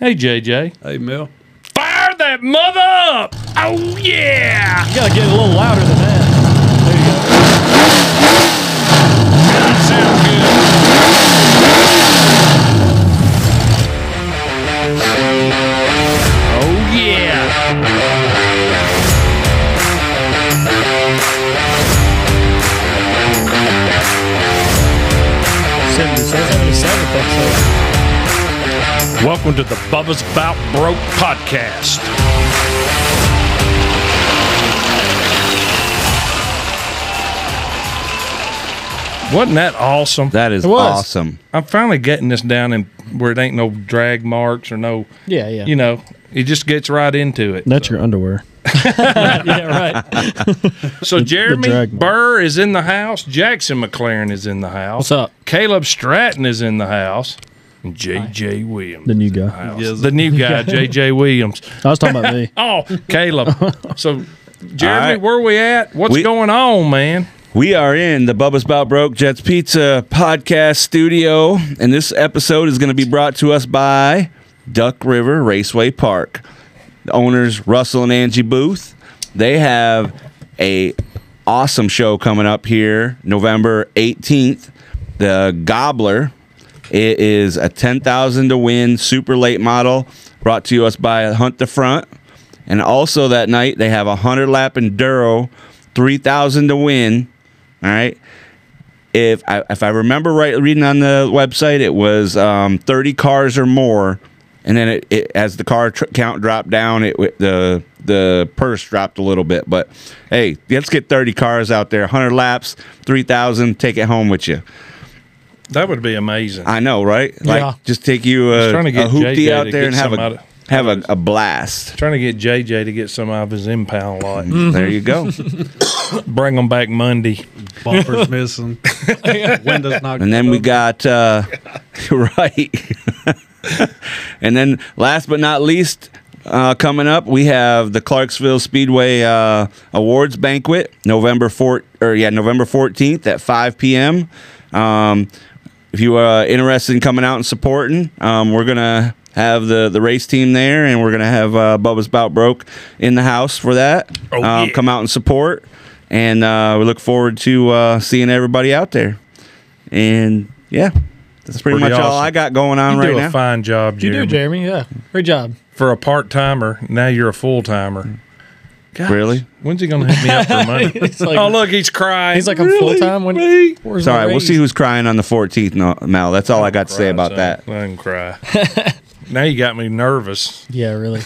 Hey, JJ. Hey, Mel. Fire that mother up! Oh, yeah! You gotta get a little louder than that. There you go. That sounds good. Oh, yeah! Seventy-seventh episode. Oh, Welcome to the Bubba's About Broke podcast. Wasn't that awesome? That is It was. awesome. I'm finally getting this down in where it ain't no drag marks or no, Yeah, yeah. you know, it just gets right into it. That's your underwear. yeah, right. So Jeremy drag mark. Burr is in the house. Jackson McLaren is in the house. What's up? Caleb Stratton is in the house. And JJ Williams. The new is in guy. house. Yes. The new guy, JJ Williams. I was talking about me. Oh, Caleb. So Jeremy, All right. where we at? What's We- going on, man? We are in the Bubba's Bout Broke Jets Pizza podcast studio, and this episode is going to be brought to us by Duck River Raceway Park. The owners Russell and Angie Booth. They have a awesome show coming up here, November 18th. The Gobbler. It is a 10,000 to win super late model brought to us by Hunt the Front. And also that night they have a hundred lap enduro, three thousand to win. All right. If I, if I remember right, reading on the website, it was um, thirty cars or more, and then it, it as the car tr- count dropped down, it w- the the purse dropped a little bit. But hey, let's get thirty cars out there, hundred laps, three thousand, take it home with you. That would be amazing. I know, right? Like Yeah. just take you a, trying to a get hoopty JJ out to there get and have some a out of- have a, a blast. Trying to get JJ to get some out of his impound lot. There you go. Bring them back Monday. Bumper's missing. Windows knocked. And then we over. got uh, right. and then last but not least, uh, coming up, we have the Clarksville Speedway uh, Awards Banquet, November four or yeah, November fourteenth at five p.m. Um, if you are interested in coming out and supporting, um, we're gonna have the, the race team there, and we're gonna have uh, Bubba's Bout Broke in the house for that. Oh, um, yeah. Come out and support, and uh, we look forward to uh, seeing everybody out there. And yeah, that's pretty, pretty much all awesome. I got going on You right do a now. fine job, You Jeremy. do, Jeremy. Yeah, great job. For a part timer, now you're a full timer. Really? When's he gonna hit me up for money? It's like- oh look, he's crying. He's like, I'm full time. When Me? where's my Sorry, we'll raise? see who's crying on the 14th, no, Mal. That's all I got to say about that. I can cry. now you got me nervous. Yeah, really.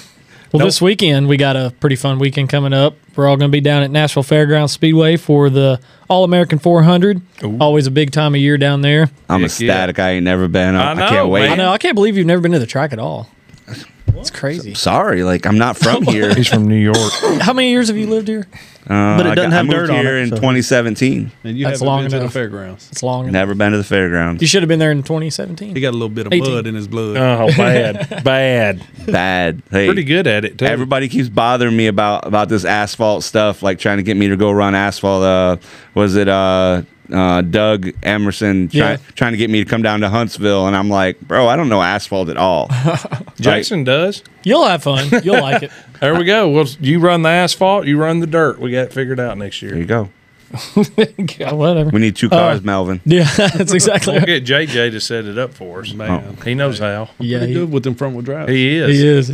Well, this weekend we got a pretty fun weekend coming up. We're all going to be down at Nashville Fairgrounds Speedway for the All American 400. Always a big time of year down there. Heck I'm yeah. ecstatic. I ain't never been. I I, I know, can't wait. I know. I can't believe you've never been to the track at all. It's crazy. Sorry, like I'm not from here. He's from New York. How many years have you lived here? but it doesn't I, have moved dirt on here it, in so- 2017. And you That's haven't long been to the enough. fairgrounds. It's long. enough. Never been to the fairgrounds. You should have been there in He 2017. got a little bit of 18. mud in his Uh, blood. Oh, bad, bad. Bad. Hey, Pretty good at it too. Everybody keeps bothering me about about this asphalt stuff, like trying to get me to go run asphalt. Uh, was it uh, uh, Doug Emerson try, Yeah. trying to get me to come down to Huntsville? And I'm like, bro, I don't know asphalt at all. Jason does. You'll have fun. You'll like it. There we go. Well, you run the asphalt, you run the dirt. We got it figured out next There you year. go. God, whatever. We need two cars, Melvin. Yeah, that's exactly. We'll get Right. JJ to set it up for us. Man. He knows how. Yeah, Pretty he, good with them front wheel drive. He is. he is.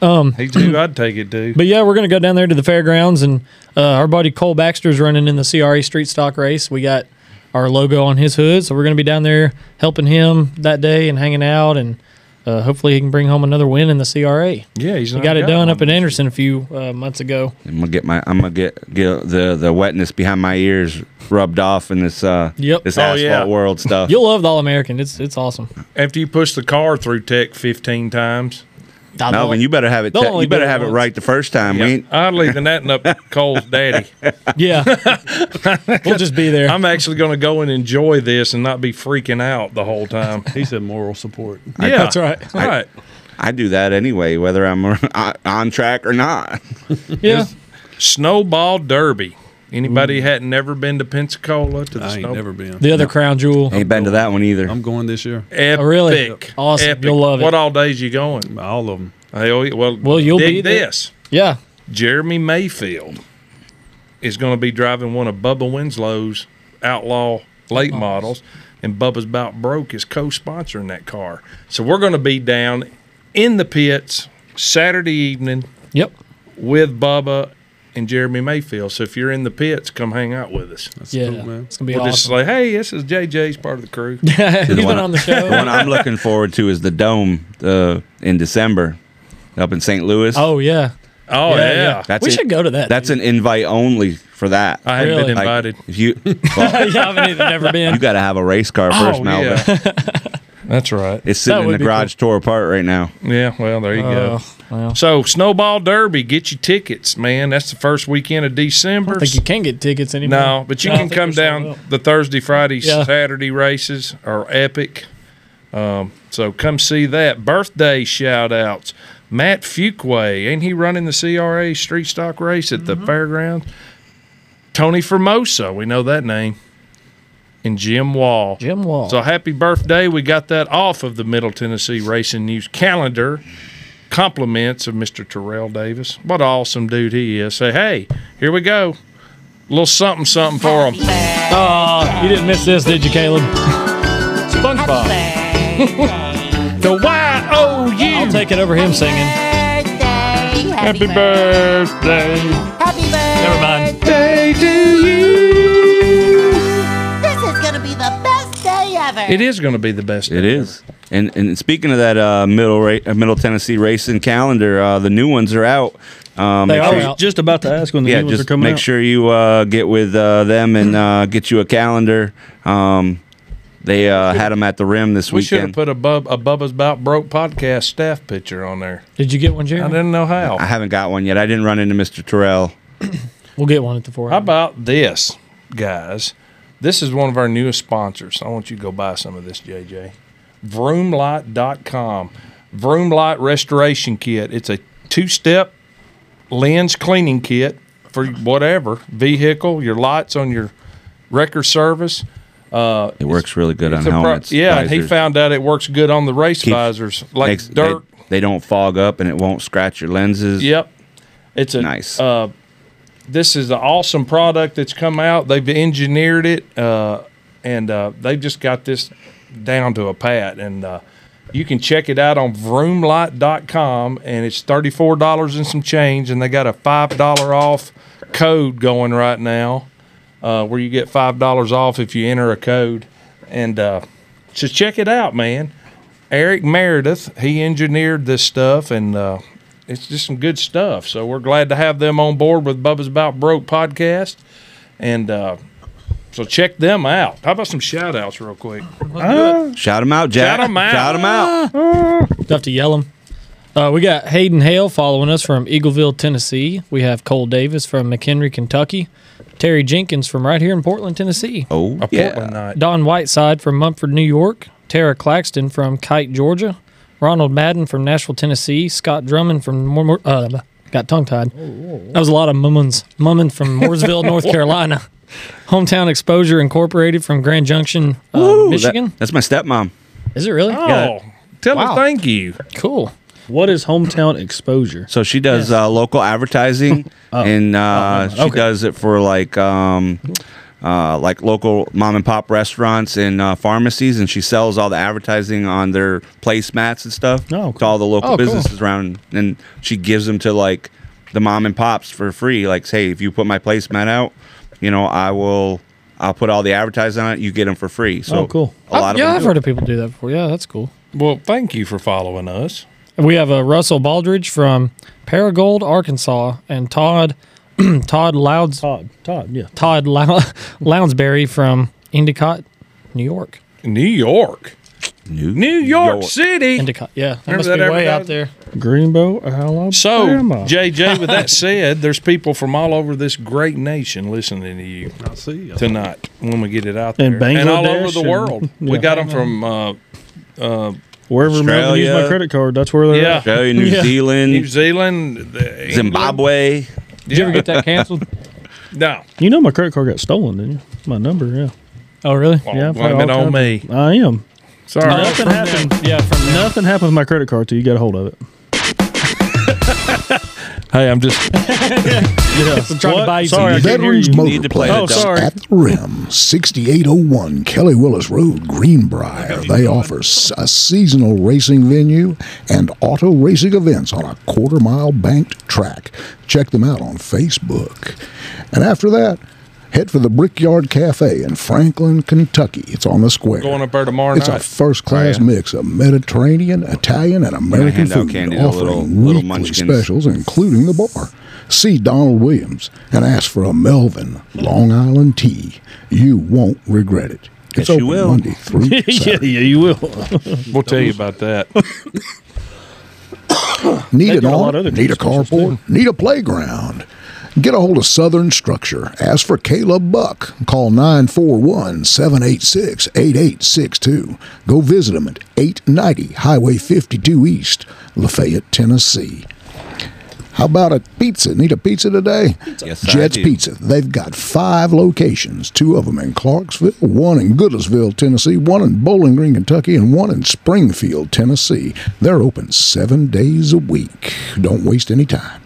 Yeah. He's who I'd take it to. But yeah, we're going to go down there to the fairgrounds, and uh, our buddy Cole Baxter's running in the CRE Street Stock race. We got our logo on his hood, so we're going to be down there helping him that day and hanging out, and uh, hopefully he can bring home another win in the CRA. yeah, he's He not got it done one. up in Anderson a few uh, months ago. I'm gonna get my I'm gonna get get the the wetness behind my ears rubbed off in this uh Yep. this Oh, asphalt yeah. world stuff. You'll love the All American. It's it's awesome. After you push the car through tech 15 times, I love- Melvin, you better have it. They'll te- only you better do it have it once. right the first time. We ain't, I'm leaving that up to Cole's daddy. yeah. we'll just be there. I'm actually going to go and enjoy this and not be freaking out the whole time. He said moral support. yeah, That's right. Right. I do that anyway, whether I'm on on track or not. yeah. Snowball Derby. Anybody hadn't never been to Pensacola to the I ain't snow. never been. The other crown jewel. Ain't been to that one either. I'm going this year. Epic. Oh, really? Awesome. You'll love it. What all days you going? All of them. Hell, yeah, well, Well, you'll dig be there. this. Yeah. Jeremy Mayfield is going to be driving one of Bubba Winslow's outlaw late models, and Bubba's about broke is co-sponsoring that car. So we're going to be down in the pits Saturday evening Yep. with Bubba and Jeremy Mayfield. So if you're in the pits, come hang out with us. That's Yeah. cool, man. It's gonna be We'll just awesome. say, hey, this is JJ's part of the crew. He's been one- on the The one show. I'm looking forward to is the Dome uh, in December up in St. Louis. Oh yeah. Oh yeah, That's we it. should go to that. That's an invite only for that. I haven't Really? been Like, invited. if you, well, yeah, I've neither- never been. you got to have a race car first, Oh, Malvin. yeah. That's right. It's That sitting in would the be garage tore apart right now. Yeah, well, there you go. Oh, well, So Snowball Derby, get your tickets, man. That's the first weekend of December. I think you can get tickets anymore. no, but you No, I can think come they're sold down out. the Thursday, Friday, Yeah. Saturday races are epic. Um, so come see that. Birthday shout outs. Matt Fuquay, ain't he running the CRA street stock race at the Mm-hmm. fairgrounds? Tony Formosa, we know that name. And Jim Wall. Jim Wall. So happy birthday. We got that off of the Middle Tennessee Racing News calendar. Compliments of Mr. Terrell Davis. What an awesome dude he is. Say, hey, here we go. A little something, something for him. Oh. you didn't miss this, did you, Caleb? SpongeBob. The Y O I'll U. take it over him singing. Happy birthday. Happy birthday. Never mind. Day to you. This is going to be the best day ever. It is going to be the best. It is. And and speaking of that uh, middle ra- uh, Middle Tennessee racing calendar, uh, the new ones are out. Um, They make are sure you- out. Just about to ask when the yeah, new ones are just coming make out. sure you uh, get with uh, them and uh, get you a calendar. Um, they uh, had them at the rim this We should have weekend. put a, Bub- a Bubba's About Broke podcast staff picture on there. Did you get one, I Jeremy? didn't know I how. haven't got one yet. I didn't run into Mr. Terrell. We'll get one at the four. How about this, guys? This is one of our newest sponsors. I want you to go buy some of this, JJ. Vroomlight.com. Vroomlight Restoration Kit. It's a two step lens cleaning kit for whatever vehicle, your lights on your wrecker service. It works really good on It's a pro- helmets. yeah, and he visors. found out it works good on the race Keeps- visors, like Makes- they- dirt. They, don't fog up and it won't scratch your lenses. yep, it's a Nice. Uh, this is an awesome product that's come out. They've engineered it, uh, and uh, they've just got this down to a pat. And uh, you can check it out on Vroomlight.com, and it's thirty four dollars and some change, and they got a five dollar off code going right now. uh, where you get five dollars off if you enter a code. And uh, so check it out, man. Eric Meredith, he engineered this stuff, and uh, it's just some good stuff. So we're glad to have them on board with Bubba's About Broke podcast, and uh, so check them out. How about some shout outs real quick? Shout them out, Jack. Shout 'em out. Shout 'em out. Have to yell him. Uh, we got Hayden Hale following us from Eagleville, Tennessee. We have Cole Davis from McHenry, Kentucky. Terry Jenkins from right here in Portland, Tennessee. Oh, A yeah. Portland night. Don Whiteside from Mumford, New York. Tara Claxton from Kite, Georgia. Ronald Madden from Nashville, Tennessee. Scott Drummond from Mor- Mor- uh, got tongue tied. That was a lot of mummins. Mummin from Mooresville, North Carolina. Hometown Exposure Incorporated from Grand Junction, uh, Ooh, that- Michigan. that's my stepmom. Is it really? Oh, tell her thank you. Cool. What is hometown exposure? So she does uh, local advertising, Oh. and uh, she does it for like um, uh, like local mom and pop restaurants and uh, pharmacies, and she sells all the advertising on their placemats and stuff Oh, to all the local Oh, cool. businesses around, and she gives them to like the mom and pops for free. Like, hey, if you put my placemat out, you know, I will. I'll put all the advertising on it. You get them for free. So Oh, cool. A lot yeah, of I've them do heard of people do that before. Yeah, that's cool. Well, thank you for following us. We have uh, Russell Baldridge from Paragold, Arkansas, and Todd Todd Louds Todd. Todd. Yeah. Todd Lou- Lounsberry from Endicott, New York. New York, it. New, New York City. Endicott, yeah, that Remember must that be way out advertisement? there. Greenbow, Alabama. So, JJ, with that said, there's people from all over this great nation listening to you I see. ya. tonight when we get it out there. And all Bangladesh over the and- world. We yeah. got them from uh, Wherever Melvin used Australia. my credit card, that's where they're yeah, at. Australia, New Yeah. Zealand, New Zealand, the- Zimbabwe. Did you ever get that canceled? No. You know my credit card got stolen, didn't you? My number, yeah. Oh, really? Well, Yeah, I played blame it all on me. kinds of- I am. Sorry. Nothing happened. Yeah, from them. Nothing happened with my credit card till you got a hold of it. Hey, I'm just. Yeah. trying to buy you Sorry, I some- can't hear Veterans you. You need to play Motor the Oh, dumb- sorry. at the Rim, 6801 Kelly Willis Road, Greenbrier. They offer s- a seasonal racing venue and auto racing events on a quarter mile banked track. Check them out on Facebook. And after that, head for the Brickyard Cafe in Franklin, Kentucky. It's on the square. Going up there tomorrow It's a night. first class Oh, mix of Mediterranean, Italian, and American hand out food, candy to offering little- little weekly munchkins. specials, including the bar. See Donald Williams and ask for a Melvin Long Island tea. You won't regret it. Yes, It's you open will. Monday through yeah, Saturday. yeah, you will. We'll tell you about that. Need an do a lot of auto, other need a carport, need a playground. Get a hold of Southern Structure. Ask for Caleb Buck. Call 941 786 8862. Go visit them at 890 Highway 52 East, Lafayette, Tennessee. How about a pizza? Need a pizza today? Yes, I Jets do. Pizza. They've got five locations two of them in Clarksville, one in Goodlettsville, Tennessee, one in Bowling Green, Kentucky, and one in Springfield, Tennessee. They're open seven days a week. Don't waste any time.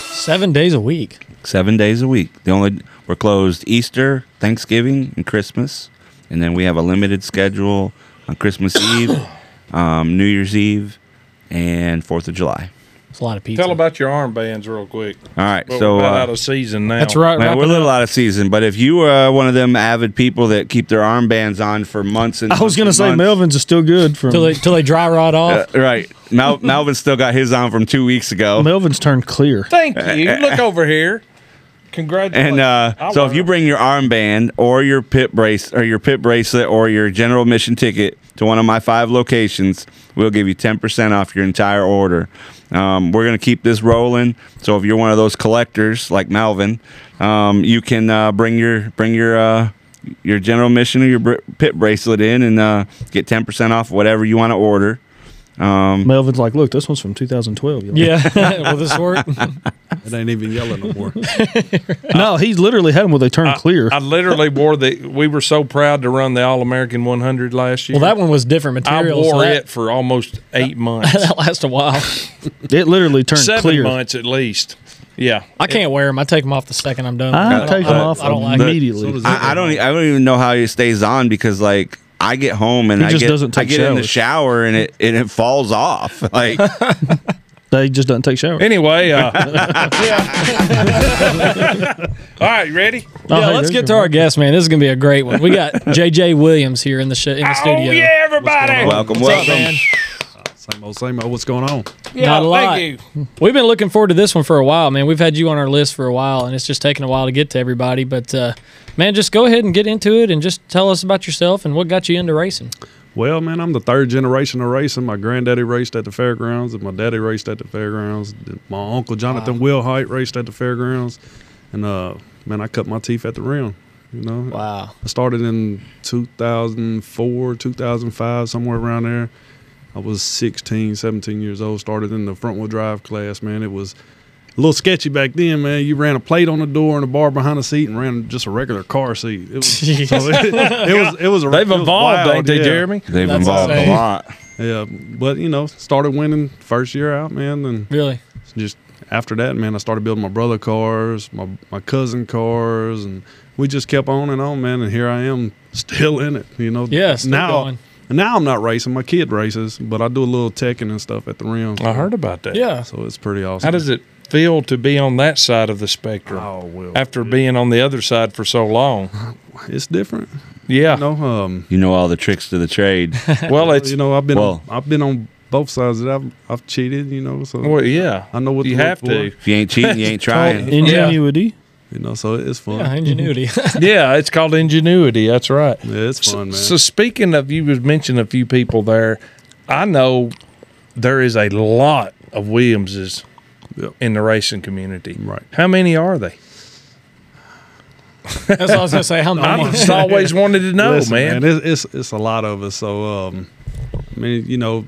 seven days a week. Seven days a week. The only we're closed Easter, Thanksgiving, and Christmas, and then we have a limited schedule on Christmas Eve, um, New Year's Eve, and Fourth of July. It's a lot of pizza. tell about your armbands real quick. All right, But so we're about uh, out of season now. That's right. Man, wrap we're a it little out of season, but if you are one of them avid people that keep their armbands on for months and I was going to gonna say Melvin's is still good from till they till they dry rot off. right. Mal- Malvin's still got his on from two weeks ago. Melvin's turned clear. Thank you. Look over here. Congratulations. and uh, so if you bring your armband or your pit brace or your pit bracelet or your general admission ticket to one of my five locations, we'll give you ten percent off your entire order. Um, we're gonna keep this rolling. So if you're one of those collectors like Malvin, um, you can uh, bring your bring your uh, your general admission or your br- pit bracelet in and uh, get ten percent off whatever you want to order. Melvin's like, look, this one's from 2012. You're like, Yeah. Will this work? It ain't even yelling no more. No, he literally had them where they turned clear. I literally wore the. We were so proud to run the All American 100 last year. Well, that one was different I material. so wore that, it for almost eight months, That lasts a while. it literally turned seven clear. months at least. Yeah, I can't wear them. I take them off the second I'm done. I don't- take them don't- off I don't like it. immediately. I, I don't. e- I don't even know how it stays on because like I get home and He I just get, doesn't I take get in the shower and it and it falls off. Like they just doesn't take showers. Anyway, uh, yeah. All right, you ready? Yeah, hey, let's there's get your to our guest, man. This is gonna be a great one. We got JJ Williams here in the sh- in the Oh studio. yeah, everybody! welcome, What's up, welcome. man? Same old, same old. What's going on? Yeah, Not a lot. Thank you. We've been looking forward to this one for a while, man. We've had you on our list for a while, and it's just taken a while to get to everybody. But uh, man, just go ahead and get into it, and just tell us about yourself and what got you into racing. Well, man, I'm the third generation of racing. My granddaddy raced at the fairgrounds, and my daddy raced at the fairgrounds. My uncle Jonathan Wilhite raced at the fairgrounds, and uh, man, I cut my teeth at the rim. You know, Wow. I started in 2004, 2005, somewhere around there. I was 16, 17 years old. Started in the front wheel drive class, man. It was a little sketchy back then, man. You ran a plate on the door and a bar behind the seat, and ran just a regular car seat. It was, so it, it was, it was. a- They've it was evolved, wild, ain't they, yeah. Jeremy? They've That's involved insane. a lot. Yeah, but you know, started winning first year out, man, and Really? just after that, man, I started building my brother cars, my my cousin cars, and we just kept on and on, man. And here I am, still in it, you know. Yeah, still now, going. now I'm not racing. My kid races, but I do a little teching and stuff at the rim. I heard about that. Yeah. So it's pretty Oh. awesome. How does it feel to be on that side of the spectrum Oh well, after being on the other side for so long? it's different. Yeah. You know, um, You know all the tricks to the trade. Well, it's you know, I've been Well- I've been on both sides of that. I've, I've cheated, you know. So well, yeah. I know what you to look have to. if you ain't cheating, you ain't trying. Ingenuity. you know, so it's fun. Yeah, Yeah, ingenuity. Yeah, it's called ingenuity. That's right. it's So, fun, man. so speaking of, you was mentioned a few people there. I know there is a lot of Williamses Yep. in the racing community. Right. How many are they? That's what I was gonna say. How I many? just always wanted to know, Oh, Listen, man. It's, it's it's a lot of us. So um, I mean, you know,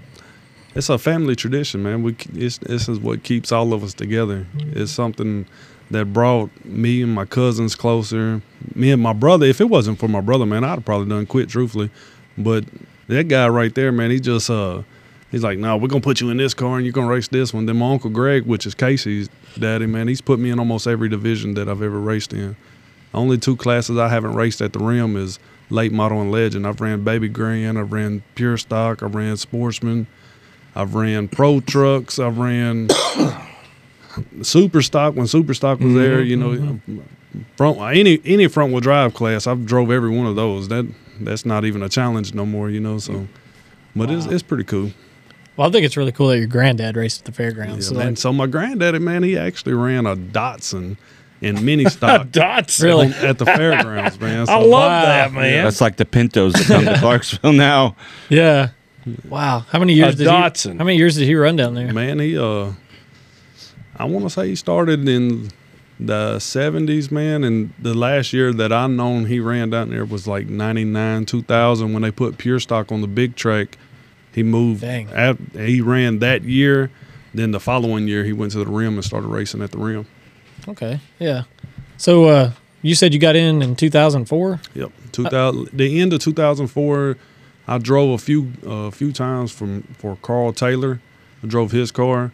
it's a family tradition, man. We c- it's this is what keeps all of us together. It's something that brought me and my cousins closer. Me and my brother, if it wasn't for my brother, man, I'd have probably done quit truthfully. But that guy right there, man, he just uh he's like, No, we're gonna put you in this car and you're gonna race this one. Then my Uncle Greg, which is Casey's daddy, man, he's put me in almost every division that I've ever raced in. Only two classes I haven't raced at the rim is late model and legend. I've ran baby grand, I've ran pure stock, I've ran sportsman, I've ran pro trucks, I've ran super stock when super stock was there. You know, front any any front wheel drive class, I've drove every one of those. That that's not even a challenge no more. You know, so but it's it's pretty cool. Well, I think it's really cool that your granddad raced at the fairgrounds. so Yeah, man. that's So my granddaddy, man, he actually ran a Datsun in mini stock Dots. really, on- at the fairgrounds, man. I So- love that, man. That's like the Pintos that come to Clarksville now. yeah. Wow, how many years did Datsun. he? How many years did he run down there? Man, he uh, I want to say he started in the '70s, man, and the last year that I known he ran down there was like '99, 2000 when they put Pure Stock on the big track. He moved. Dang. At, he ran that year. Then the following year, he went to the rim and started racing at the rim. Okay, yeah. So uh, you said you got in in 2004. Yep. 2000, the end of 2004, I drove a few a few times from for Carl Taylor. I drove his car.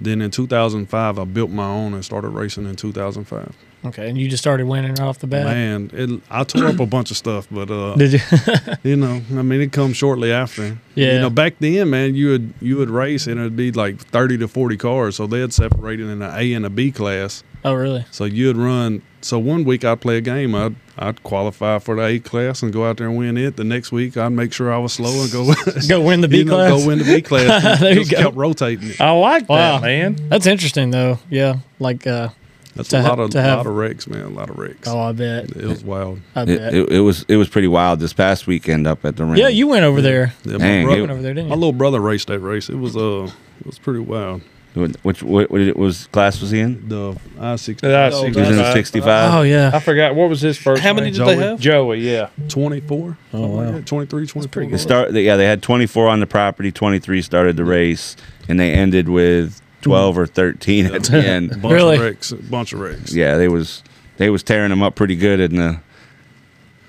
Then in 2005, I built my own and started racing in 2005. Okay, and you just started winning right off the bat. Man, it, I tore up a bunch of stuff, but uh, Did you? you know, I mean, it comes shortly after. Yeah. You know, back then, man, you would you would race and it'd be like 30 to 40 cars, so they'd separate it in an A and a B class. oh, really? So you'd run. So one week I'd play a game. I'd I'd qualify for the A class and go out there and win it. The next week I'd make sure I was slow and go Go win the B you know, class. go win the B class. There you Just go. kept rotating it. I like Wow. that, man. That's interesting, though. Yeah, like uh, That's To a ha- lot of to have- lot of wrecks, man. A lot of wrecks. oh, I bet. It was wild. I It, bet. it, it was it was pretty wild this past weekend up at the rim. yeah, you went over there. Yeah, Dang, my, it- You went brother, over there, didn't my you? little brother raced that race. It was uh, it was pretty wild. Which what, what it was class was he in? The I sixty That Oh, He was in the 65. Oh, I yeah. forgot what was his first. How name? many did Joey. they have? Joey, yeah. twenty four. Oh wow, 23, 24. They start, yeah, they had 24 on the property, 23 started the race, and they ended with 12 or 13 at the end. bunch Really? of wrecks. Bunch of wrecks. Yeah, they was they was tearing them up pretty good in the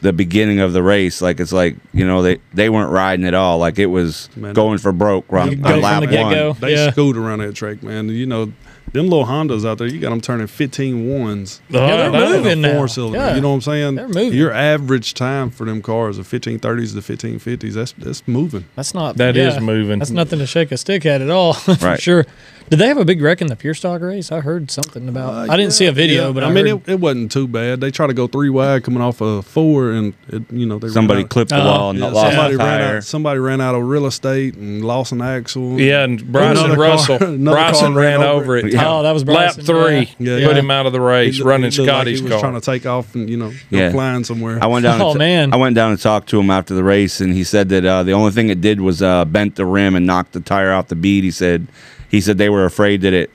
the beginning of the race. Like it's like you know they they weren't riding at all. Like it was Man. going for broke. Run, You go from lap the get-go. one. They Yeah. scoot around that track, man. You know, them little Hondas out there, you got them turning 15 ones. Yeah, Uh, that- they're moving four now. cylinder. Yeah. You know what I'm saying? They're moving. Your average time for them cars are 1530s to 1550s. That's that's moving. that's not. That is yeah. moving. That's nothing to shake a stick at at all, for Right. sure. Did they have a big wreck in the Pure Stock race? I heard something about. I didn't see a video, Uh, Yeah, but I, I, mean, heard- it, it wasn't too bad. They try to go three wide coming off a four, and it, you know they ran Somebody out- clipped the Oh. wall and Yeah, lost somebody a ran tire. out. Somebody ran out of real estate and lost an axle. Yeah, and Bryson Another car- Russell. another car Bryson ran ran over over it. Yeah. oh, that was Lap Bryson, three, Yeah. put Yeah. him out of the race, He looked- running he looked like Scotty's he was car. trying to take off and you know go Yeah. flying somewhere. I went down. Oh, and, man. I went down and talked to him after the race, and he said that uh, the only thing it did was uh, bent the rim and knocked the tire off the bead. He said, he said they were afraid that it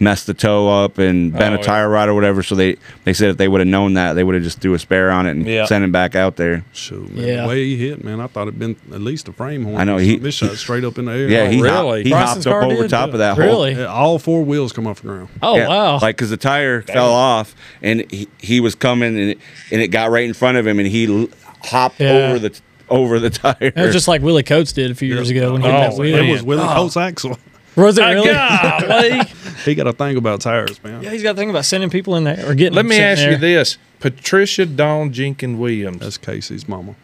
messed the toe up and bent Oh, a yeah. tire rod or whatever. So they they said if they would have known that, they would have just threw a spare on it and Yeah. sent him back out there. Shoot, man, Yeah. the way he hit, man, I thought it'd been at least a frame horn. I know, or he- something. This shot straight up in the air. Yeah, Oh, he hop- really? he Bryson's hopped car up over did? top of that hole. Really? Yeah, all four wheels come off the ground. Oh Yeah, wow! Like because the tire fell off and he, he was coming and it, and it got right in front of him and he l- hopped Yeah. over the over the tire. That was just like Willie Coates did a few years ago when he Oh, hit that wheel. It was Willie Coates axle. Was it Ah, really? golly. He got a thing about tires, man. Yeah, he's got to think about sending people in there or getting. Let them me sent ask there. you this. Patricia Dawn Jenkins Williams. That's Casey's mama.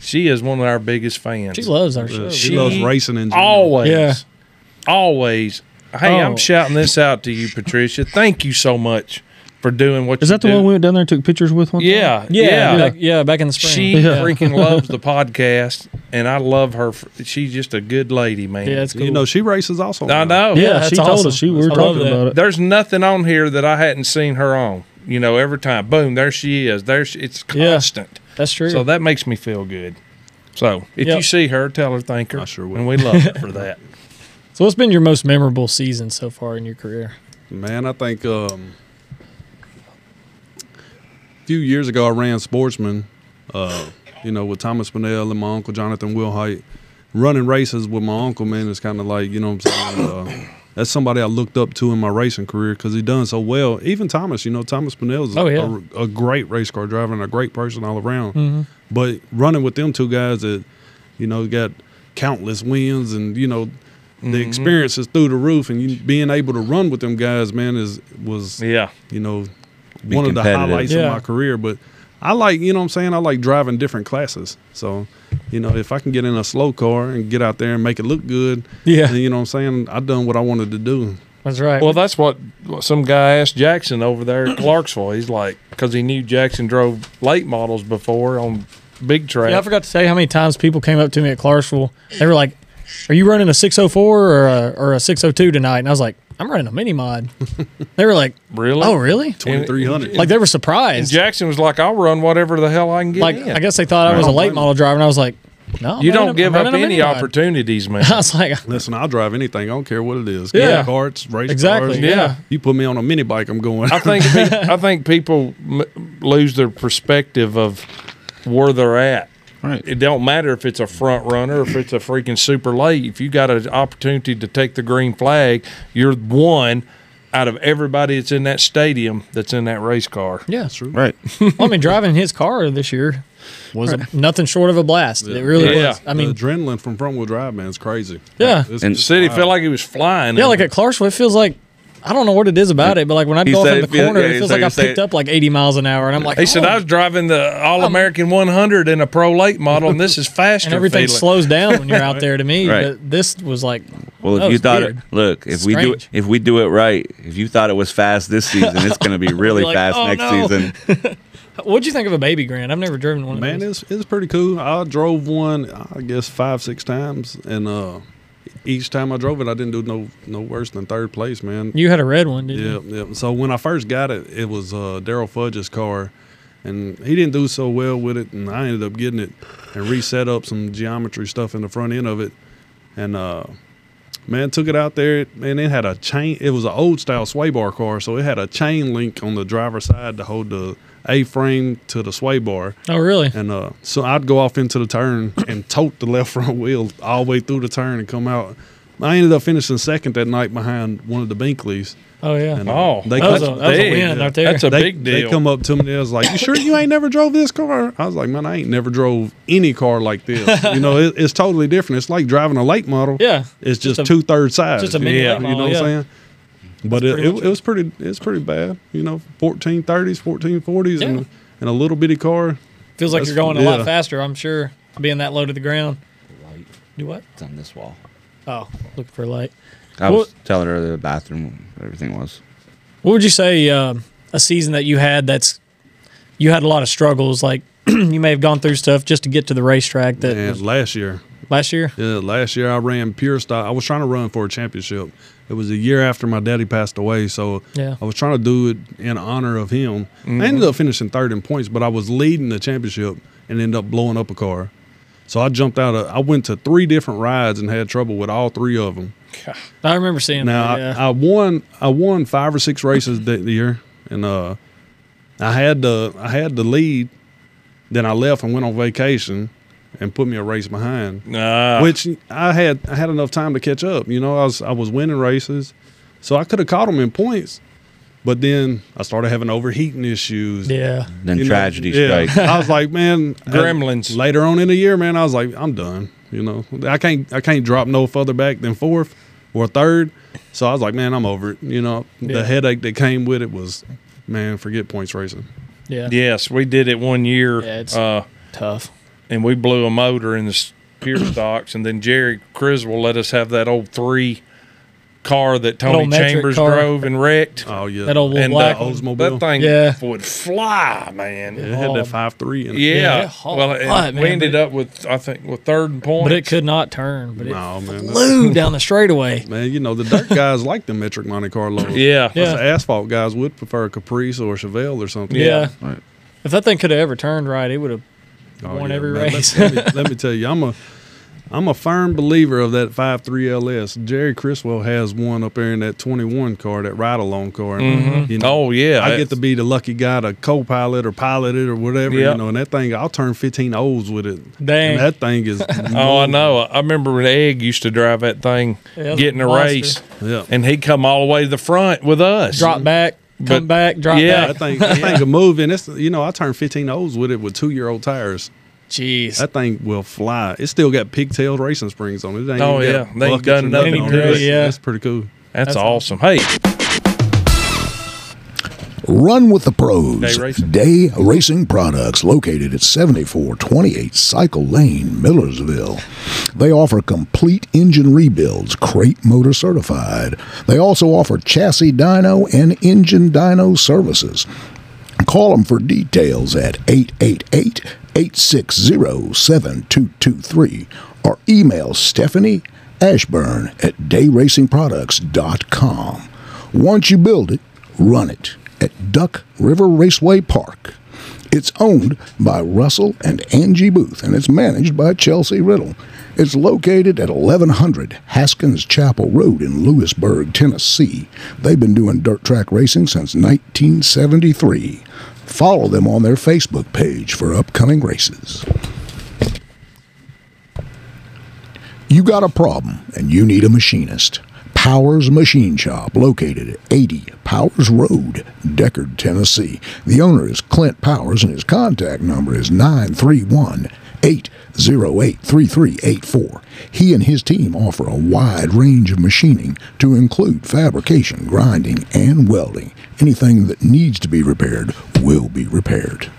She is one of our biggest fans. She loves our show. she loves racing in general. Always. Yeah. Always. Hey, Oh. I'm shouting this out to you, Patricia. Thank you so much for doing what Is you that the do. one we went down there and took pictures with one? time? Yeah. yeah, yeah. Yeah. Back, yeah, back in the spring. She Yeah. freaking loves the podcast, and I love her. For, she's just a good lady, man. yeah, that's cool. You know, she races also. I now. know. Yeah, Yeah, she that's told awesome. us. She we were I love talking that. about it. There's nothing on here that I hadn't seen her on. You know, every time, boom, there she is. There, she, it's Yeah. constant. that's true. So that makes me feel good. So if Yep. you see her, tell her thank her. I sure will. And we love her for that. so what's been your most memorable season so far in your career? Man, I think um, a few years ago I ran Sportsman, uh, you know, with Thomas Pinnell and my uncle Jonathan Wilhite. Running races with my uncle, man, is kind of like, you know what I'm saying? Uh, that's somebody I looked up to in my racing career because he done so well. Even Thomas, you know, Thomas Pinnell is Oh, a- yeah. Mm-hmm. a, a great race car driver and a great person all around. But running with them two guys that, you know, got countless wins and you know. The experience is through the roof, and you being able to run with them guys, man, is was Yeah. you know, Be one of the competitive. highlights Yeah. of my career. But I like, you know what I'm saying? I like driving different classes. So, you know, if I can get in a slow car and get out there and make it look good, Yeah. then, you know what I'm saying? I done what I wanted to do. That's right. Well, that's what what some guy asked Jackson over there at Clarksville. He's like, because he knew Jackson drove late models before on big track. yeah, I forgot to say how many times people came up to me at Clarksville. They were like, "Are you running a 604 or a, or a 602 tonight?" And I was like, "I'm running a mini mod." they were like, Really? "Oh, really?" 2300. Like they were And surprised. Jackson was like, I'll run whatever the hell I can get. Like in. I guess they thought I was a late model driver, and I was like, "No, I'm you running don't a- give I'm up running a any mini mod." opportunities, man. I was like, Listen, I'll drive anything. I don't care what it is. Yeah. Carts, race Exactly, cars. yeah. You put me on a mini bike, I'm going. I think pe- I think people m- lose their perspective of where they're at. Right. It don't matter if it's a front runner, if it's a freaking super late. If you got an opportunity to take the green flag, you're one out of everybody that's in that stadium that's in that race car. "Yeah, Right. Well, I mean, driving his car this year was a- nothing short of a blast. It really Yeah. was. I the mean, adrenaline from front wheel drive, man, is crazy. Yeah. It's And The just city wild. felt like it was flying. yeah, in like it. at Clarksville, it feels like I don't know what it is about it, but like when I He go off said in the it feel- corner, yeah, it he feels said- like he I've said- picked up like 80 miles an hour, and I'm like, he said, "Oh," I was driving the All American 100 in a pro late model, and this is faster. and everything feeling. slows down when you're out there to me. Right. But this was like, Well, if that you was thought weird. it, look, if we do Strange. it, if we do it right, if you thought it was fast this season, it's going to be really like, fast "Oh, next no." season. what'd you think of a baby grand? I've never driven one. Man, of those. it's it's pretty cool. I drove one, I guess five six times, and uh, each time I drove it, I didn't do no no worse than third place, man. you had a red one, didn't Yeah, you? yeah. So when I first got it, it was uh, Daryl Fudge's car, and he didn't do so well with it, and I ended up getting it and reset up some geometry stuff in the front end of it, and uh, man, took it out there. It- Man, it had a chain. It was an old style sway bar car, so it had a chain link on the driver's side to hold the A frame to the sway bar. Oh, really? And uh, so I'd go off into the turn and tote the left front wheel all the way through the turn and come out. I ended up finishing second that night behind one of the Binkleys. Oh, yeah. And, uh, Oh, they that was, a, cut- that was a big. win right there. That's a they, big deal. They come up to me and they was like, "You sure you ain't never drove this car?" I was like, "Man, I ain't never drove any car like this. You know, it, it's totally different. It's like driving a late model. Yeah. it's just, Just a- two thirds size. just a mini Yeah. late you know model, what yeah. I'm saying? But it, pretty it, much it was pretty. It's pretty bad. You know, 1430s, 1440s, Yeah. and and a little bitty car. Feels like That's- you're going a yeah. lot faster, I'm sure, being that low to the ground. Do what? It's on this wall. Oh, looking for a light. I was Well- telling her the bathroom, everything was. What would you say um a season that you had that's you had a lot of struggles? Like you may have gone through stuff just to get to the racetrack that And was last year, last year. Yeah, last year I ran pure stock. I was trying to run for a championship. It was a year after my daddy passed away, so Yeah. Mm-hmm. I was trying to do it in honor of him. I ended up finishing third in points, but I was leading the championship and ended up blowing up a car. So I jumped out. Of, I went to three different rides and had trouble with all three of them. I remember seeing Now that. Yeah. I, I won. I won five or six races that year, and uh, I had the I had the lead. Then I left and went on vacation, and put me a race behind Uh, Nah. which I had I had enough time to catch up. You know, I was I was winning races, so I could have caught him in points. But then I started having overheating issues. yeah. Then You know, tragedy yeah. strikes. I was like, man, Gremlins. and Later on in the year, man, I was like, I'm done. You know, I can't I can't drop no further back than fourth or third. So I was like, man, I'm over it. You know, Yeah. the headache that came with it was, man, forget points racing. Yeah. Yes, we did it one year. Yeah, it's- uh, Tough. and we blew a motor in the s- pure stocks, and then Jerry Criswell let us have that old three car that Tony old metric Chambers car. drove and wrecked. Oh yeah, That old and black that, one. Oldsmobile. that thing Yeah. would fly, man. it Yeah. had Oh. that five three and Yeah, hot, well, and hot, man, we ended but it- up with I think with third and point. But it could not turn. But it No man, that- flew down the straightaway. man, you know the dirt guys like the metric Monte Carlo. Yeah. Yeah. Us asphalt guys would prefer a Caprice or a Chevelle or something. Yeah. Right. If that thing could have ever turned right, it would have. Oh, Won every man, let- race. Let, me, let me tell you, I'm a I'm a firm believer of that 5.3 LS. Jerry Criswell has one up there in that 21 car, that ride along car. You know, Oh, yeah. I get to be the lucky guy to co-pilot or pilot it or whatever, Yep. you know. And that thing, I'll turn 15 O's with it. Dang. And that thing is. Oh, I know. I remember when Egg used to drive that thing, Yeah, it was getting a a race, monster. Yeah. and he'd come all the way to the front with us. Drop back, come But- back, drop Yeah. back. That thing, that thing can move, and it's you know I turned 15 O's with it with two year old tires. Jeez. That thing will fly. It's still got pigtailed racing springs on it. it ain't Oh, even yeah. got They ain't buckets done or nothing on to it. it, yeah. that's pretty cool. That's, awesome. Hey, Run with the pros. Day Racing. Day Racing Products, located at 7428 Cycle Lane, Millersville. They offer complete engine rebuilds, crate motor certified. They also offer chassis dyno and engine dyno services. Call them for details at 888 860 7223 or email Stephanie Ashburn at dayracingproducts.com. Once you build it, run it at Duck River Raceway Park. It's owned by Russell and Angie Booth and it's managed by Chelsea Riddle. It's located at 1100 Haskins Chapel Road in Lewisburg, Tennessee. They've been doing dirt track racing since 1973. Follow them on their Facebook page for upcoming races. You got a problem and you need a machinist. Powers Machine Shop, located at 80 Powers Road, Deckard, Tennessee. The owner is Clint Powers and his contact number is 931 808 3384. He and his team offer a wide range of machining to include fabrication, grinding, and welding. Anything that needs to be repaired will be repaired.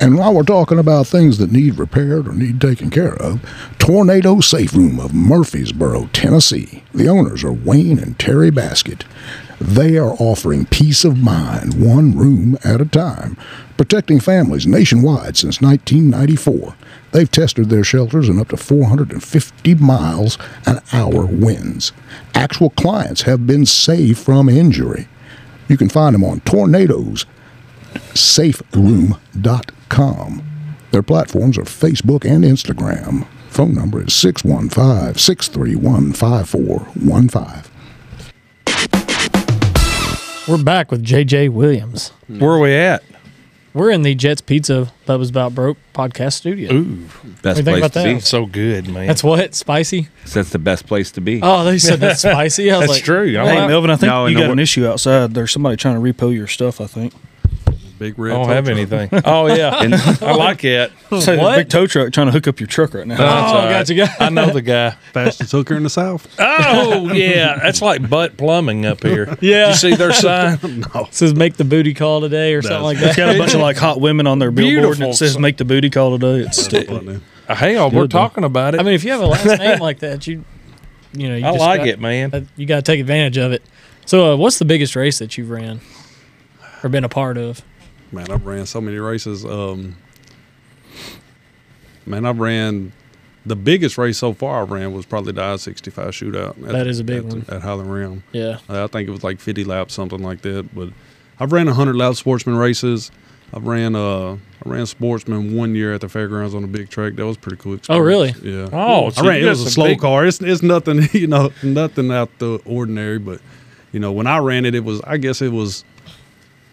And while we're talking about things that need repaired or need taken care of, Tornado Safe Room of Murfreesboro, Tennessee. The owners are Wayne and Terry Basket. They are offering peace of mind, one room at a time, protecting families nationwide since 1994. They've tested their shelters in up to 450 miles an hour winds. Actual clients have been saved from injury. You can find them on tornadoes saferoom.com. Their platforms are Facebook and Instagram. Phone number is 615 631 5415. We're back with JJ Williams. where are we at? We're in the Jets Pizza Bubba's About Broke podcast studio. What Best do you place think to about be. that? So good, man. That's what? Spicy? That's the best place to be. Oh, they said that's spicy. I was That's like, true. I "Well, Hey, Melvin, I think No, you no, got what- an issue outside. There's somebody trying to repo your stuff, I think. Big red. I don't tow have truck. anything. Oh, yeah. Oh, And- I like it. So there's What? a big tow truck trying to hook up your truck right now. That's Oh, all right. gotcha, gotcha. I know the guy. Fastest hooker in the south. Oh, yeah. That's like butt plumbing up here. Yeah. You see their sign? It says make the booty call today or something like It's that. got a bunch of like hot women on their billboard and Beautiful. it says make the booty call today. It's stupid. Uh, Hang on. We're Good, though. talking about it. I mean, if you have a last name like that, you you know, you I just like got- it, man. uh, You got to take advantage of it. So, uh, what's the biggest race that you've ran or been a part of? Man, I've ran so many races. Um, man, I've ran the biggest race so far. I ran was probably the I sixty five shootout. At, That is a big at- one. at Highland Rim. Yeah, I think it was like fifty laps, something like that. But I've ran hundred lap sportsman races. I've ran uh, I ran sportsman one year at the fairgrounds on a big track. That was pretty cool. Experience. Oh, really? Yeah. Oh, so I ran. you It got was a some slow big- car. It's it's nothing. You know, nothing out the ordinary. But you know, when I ran it, it was I guess it was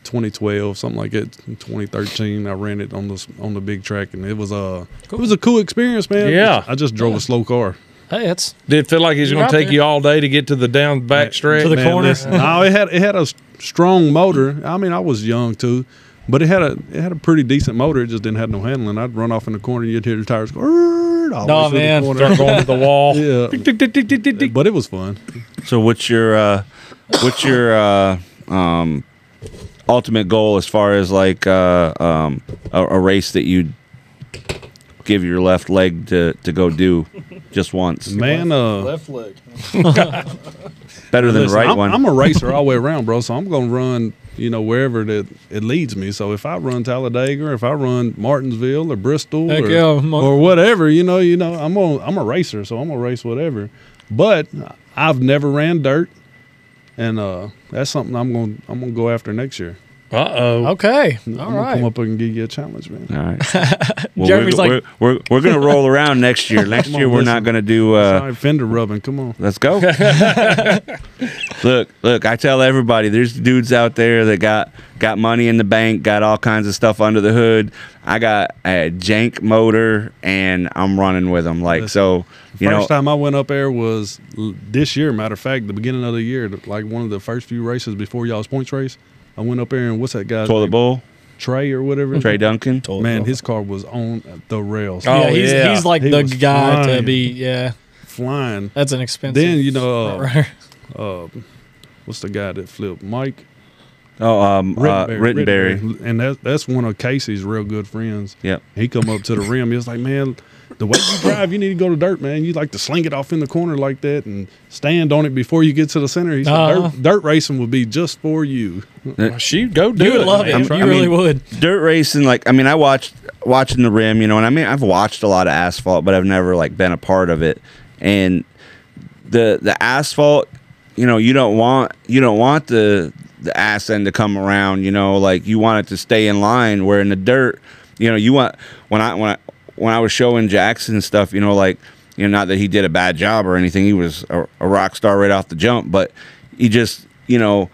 2012, something like it. 2013, I ran it on the on the big track, and it was a it was a cool experience, man. Yeah. I just drove a slow car. hey, that's Did it feel like he's You're going out to take there. you all day to get to the down back stretch? To the Man, corner. listen, No, it had it had a s- strong motor. I mean, I was young too, but it had a it had a pretty decent motor. It just didn't have no handling. I'd run off in the corner, you'd hear the tires go. "Err," all the Nah, way through the man. corner. Start going to the wall. Yeah, but it was fun. So what's your uh, what's your uh, um, ultimate goal as far as like uh, um, a, a race that you give your left leg to, to go do just once? Man, uh, Left leg. Better than the Listen, right I'm, one. I'm a racer all the way around, bro. So I'm gonna run, you know, wherever that it leads me. So if I run Talladega, or if I run Martinsville or Bristol, Heck or, yeah, I'm on- or whatever, you know, you know, I'm on, I'm a racer, so I'm gonna race whatever. But I've never ran dirt, and uh, that's something I'm gonna I'm gonna go after next year. Uh oh. Okay. All I'm gonna right. come up and give you a challenge, man. All right. Well, Jeremy's we're, like- we're, we're, we're going to roll around next year. Next Come on, year, we're listen. not going to do. Uh, Sorry, fender rubbing. Come on. Let's go. look, look, I tell everybody there's dudes out there that got got money in the bank, got all kinds of stuff under the hood. I got a jank motor and I'm running with them like so, you know. first time I went up there was l- this year. Matter of fact, the beginning of the year, like one of the first few races before y'all's points race. I went up there and what's that guy's Toilet name? bowl, Trey or whatever. Trey Uh, Duncan. Man, his car was on the rails, Oh, yeah, he's, yeah. he's like He the was guy to flying. be. Yeah, flying. that's an expensive. Then you know, uh, front-runner. what's the guy that flipped? Mike Oh, um, uh, Rittenberry. and that, that's one of Casey's real good friends. Yep. He come up to the rim. He was like, man, the way you drive, you need to go to dirt, man. You like to sling it off in the corner like that and stand on it before you get to the center. He said, Uh-huh. dirt, dirt racing would be just for you. Shoot, go do you it. would love it. man. you I really mean- would. dirt racing like i mean i watched watching the rim you know and i mean i've watched a lot of asphalt but i've never like been a part of it and the the asphalt you know you don't want you don't want the the ass end to come around you know like you want it to stay in line where in the dirt you know you want when i when i when i was showing jackson and stuff you know like you know not that he did a bad job or anything he was a, a rock star right off the jump but he just you know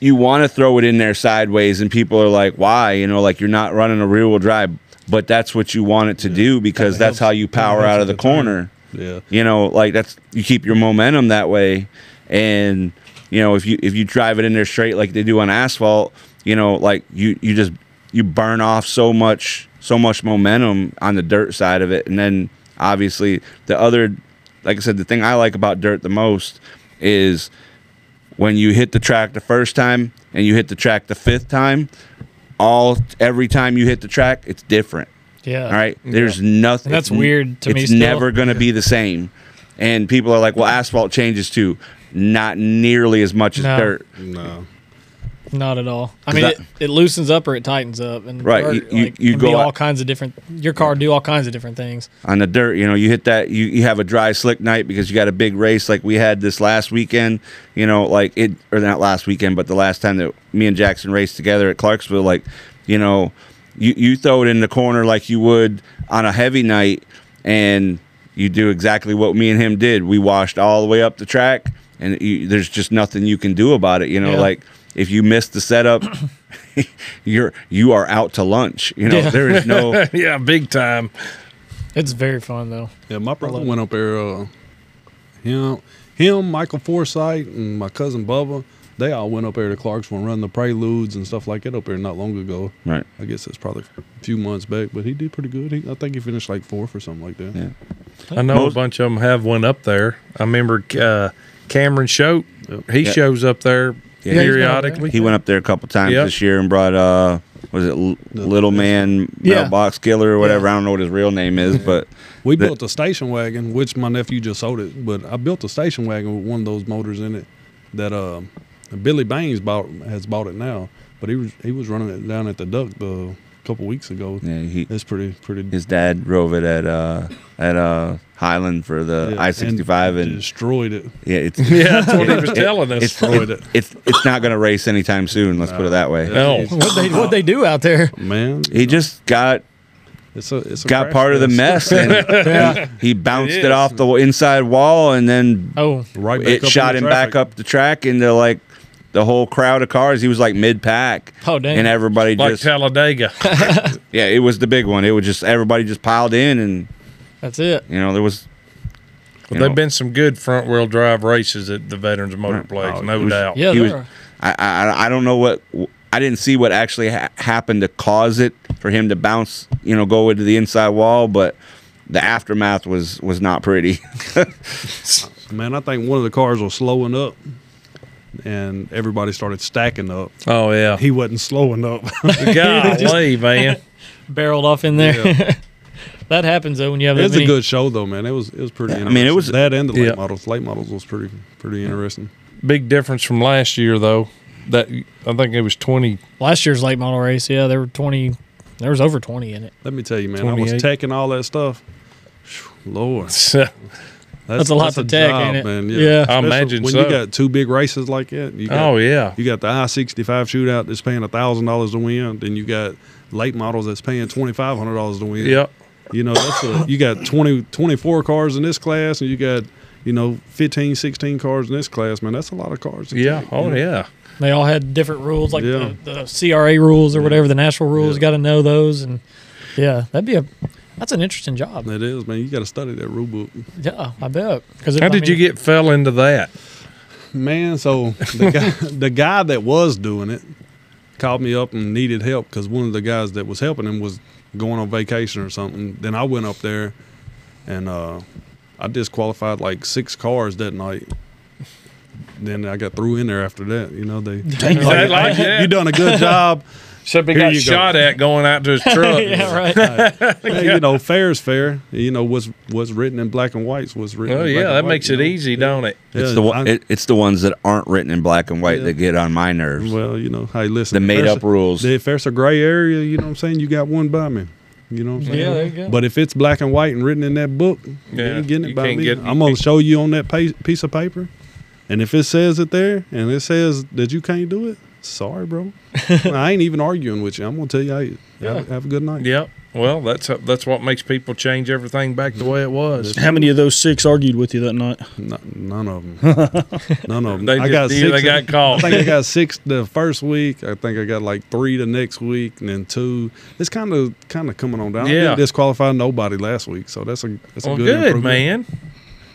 you want to throw it in there sideways and people are like why you know like you're not running a rear wheel drive but that's what you want it to do because that's how you power helps out of the with the turn. corner Yeah. you know like that's you keep your momentum that way and you know if you if you drive it in there straight like they do on asphalt you know like you you just you burn off so much so much momentum on the dirt side of it and then obviously the other like i said the thing i like about dirt the most is when you hit the track the first time and you hit the track the fifth time all every time you hit the track it's different Yeah. all right. There's nothing. And that's it's n- weird to me It's still. never going to be the same. And people are like, well, asphalt changes too. Not nearly as much as No. dirt. No. Not at all. I mean, that- it, it loosens up or it tightens up, and Right, or, you- you- like, you can go be all out- kinds of different. Your car do all kinds of different things. On the dirt, you know, you hit that, you, you have a dry, slick night because you got a big race like we had this last weekend, you know, like it, or not last weekend, but the last time that me and Jackson raced together at Clarksville, like, you know, you, you throw it in the corner like you would on a heavy night and you do exactly what me and him did. We washed all the way up the track, and you, there's just nothing you can do about it. You know, Yeah. like if you miss the setup, you're you are out to lunch. You know, Yeah. there is no. yeah, big time. It's very fun though. Yeah, my brother went up there. Uh, him, him, Michael Forsythe, and my cousin Bubba. They all went up there to Clarksville and run the preludes and stuff like that up there not long ago. Right. I guess it's probably a few months back, but he did pretty good. He, I think he finished like fourth or something like that. Yeah. I know a bunch of them have one up there. I remember uh, Cameron Shoat. He Yeah. shows up there Yeah, he's periodically. He went up there a couple times Yep. this year and brought uh, was it L- Little Man Yeah. Mailbox Killer or whatever? I don't know what his real name is, but We That- built a station wagon, which my nephew just sold it, but I built a station wagon with one of those motors in it that uh, Billy Baines bought has bought it now. But he was he was running it down at the duck the couple weeks ago. yeah, he. It's pretty pretty His dad drove it at uh at uh Highland for the yeah, I sixty five and, Oh. destroyed it. yeah it's yeah, that's what he was telling us. it's it's, it's it's not going to race anytime soon. Let's put it that way. no. What they what they do out there? Man, He just got it's a it's a got crash part of the mess test. and he, he bounced it, off the inside wall and then Oh, Right, back it up shot in him the back traffic. up the track into like the whole crowd of cars. He was like mid pack. Oh, dang. And everybody Like just Talladega. yeah, it was the big one. It was just everybody just piled in and that's it. you know there was Well, You there've know. been some good front wheel drive races at the Veterans Motorplex, Oh, no it was- doubt. Yeah, he there was are. I, I I don't know what I didn't see what actually ha- happened to cause it for him to bounce you know go into the inside wall, but the aftermath was was not pretty. Man, I think one of the cars was slowing up, and everybody started stacking up. Oh yeah, He wasn't slowing up. golly, man. barreled off in there. that happens though when you have it that was many. a good show though, man. It was it was pretty. Yeah, I interesting. mean, it was- that and the late Yeah. models. Late models was pretty pretty interesting. Big difference from last year though. That I think it was twenty. last year's late model race. Yeah, there were twenty. There was over twenty in it. Let me tell you, man. I was 28. taking all that stuff. Phew, Lord, That's a lot to take, ain't it? man. Yeah, Yeah. I Especially imagine when so. you got two big races like that. You got, Oh yeah. You got the I sixty five shootout that's paying thousand dollars to win. Then you got late models that's paying twenty five hundred dollars to win. Yep. You know, that's a, you got 20, 24 cars in this class, and you got you know 15, 16 cars in this class. Man, that's a lot of cars. to Yeah. take, you Oh know? yeah. They all had different rules, like Yeah. the, the CRA rules or whatever, the national rules. Yeah. Got to know those, and yeah, that'd be a that's an interesting job. It is, man. You got to study that rule book. Yeah, I bet. Because How did you get fell into that? Man, so the guy, the guy that was doing it called me up and needed help because one of the guys that was helping him was going on vacation or something. Then I went up there and uh, I disqualified like six cars that night. Then I got threw in there after that. You know, they Is that like that? you done a good job. Except he Here got you go. shot at going out to his truck. yeah, right. Hey, you know, fair's fair. You know, what's what's written in black and white's what's written. Oh in black yeah, and that white, makes you it know? easy, don't it? Yeah, It's the one. I- It, it's the ones that aren't written in black and white Yeah. that get on my nerves. Well, you know, hey, listen. the if made there's up a- rules. If there's a gray area, you know what I'm saying? You got one by me. You know what I'm saying? Yeah, there you go. But if it's black and white and written in that book, you Yeah, ain't getting you it by can't me. get- I'm going to show you on that pa- piece of paper. And if it says it there and it says that you can't do it, sorry, bro. I ain't even arguing with you. I'm going to tell you, hey, have, have a good night. Yep. Well, that's that's what makes people change everything back the way it was. How many of those six argued with you that night? N- none of them. none of them. They I just got knew six. they got I caught. think I got six the first week. I think I got like three the next week, and then two. It's kind of kind of coming on down. I Yeah. didn't disqualify nobody last week, so that's a that's a Well, good, good, improvement. man.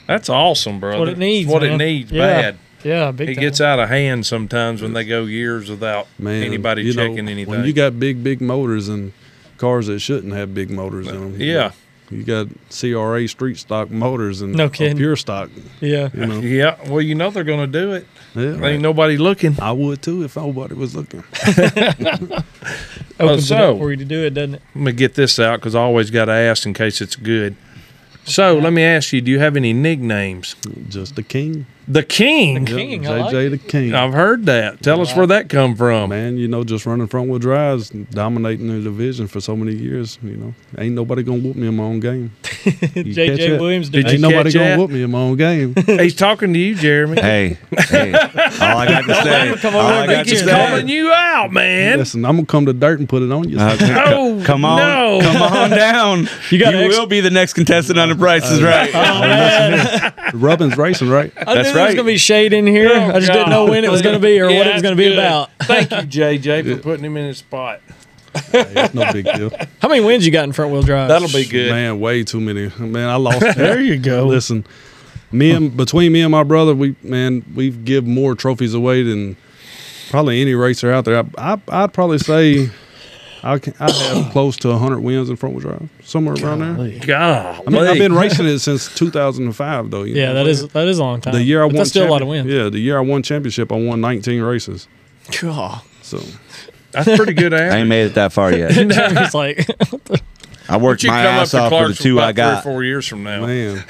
That's awesome, brother. what it needs, What man. it needs Yeah. bad. Yeah, big. It time. gets out of hand sometimes when they go years without Man, anybody you know, checking anything. When you got big big motors and cars that shouldn't have big motors in them, yeah, you got CRA street stock motors and No uh, kidding. pure stock. Yeah. You know, yeah. Well, you know they're gonna do it. yeah. Ain't nobody looking. I would too if nobody was looking. Opens it so- up for you to do it, doesn't it? Let me get this out because I always got to ask in case it's good. So let me ask you: Do you have any nicknames? Just the king. The King. Yep, King, I JJ like the king. I've heard that. Tell us where that come from. Man, you know, just running front wheel drives, dominating the division for so many years. You know, ain't nobody gonna whoop me in my own game. You catch JJ that? Williams Did you did. Ain't nobody catch gonna that? whoop me in my own game. He's talking to you, Jeremy. Hey, hey, all I got to say, Come all over I and got get to He's your dog. say, calling you out, man. Listen, I'm gonna come to dirt and put it on you. Uh, c- Oh, come on, no. come on down. You, gotta ex- uh, will be the next contestant on The Price is Right. Rubbing's racing, right? I knew That's there was right. gonna be shade in here. Oh, I just didn't know God. when it was gonna be or Yeah, what it that's was gonna be good. about. Thank you, JJ, for putting him in his spot. It's no big deal. How many wins you got in front wheel drive? That'll be good. Man, way too many. Man, I lost. there you go. Listen, me and between me and my brother, we man, we've give more trophies away than probably any racer out there. I, I I'd probably say. I, can, I have close to 100 wins in front wheel drive, somewhere around there. God, I mean, I've been racing it since 2005, though. you Yeah, know. that is that is a long time. the year But I won. That's still a lot of champion- wins. Yeah, the year I won championship, I won 19 races. God. So that's pretty good I ain't average. made it that far yet. Jeremy's like, I worked my ass off for the Clarksville two I about three or got. four years from now. man,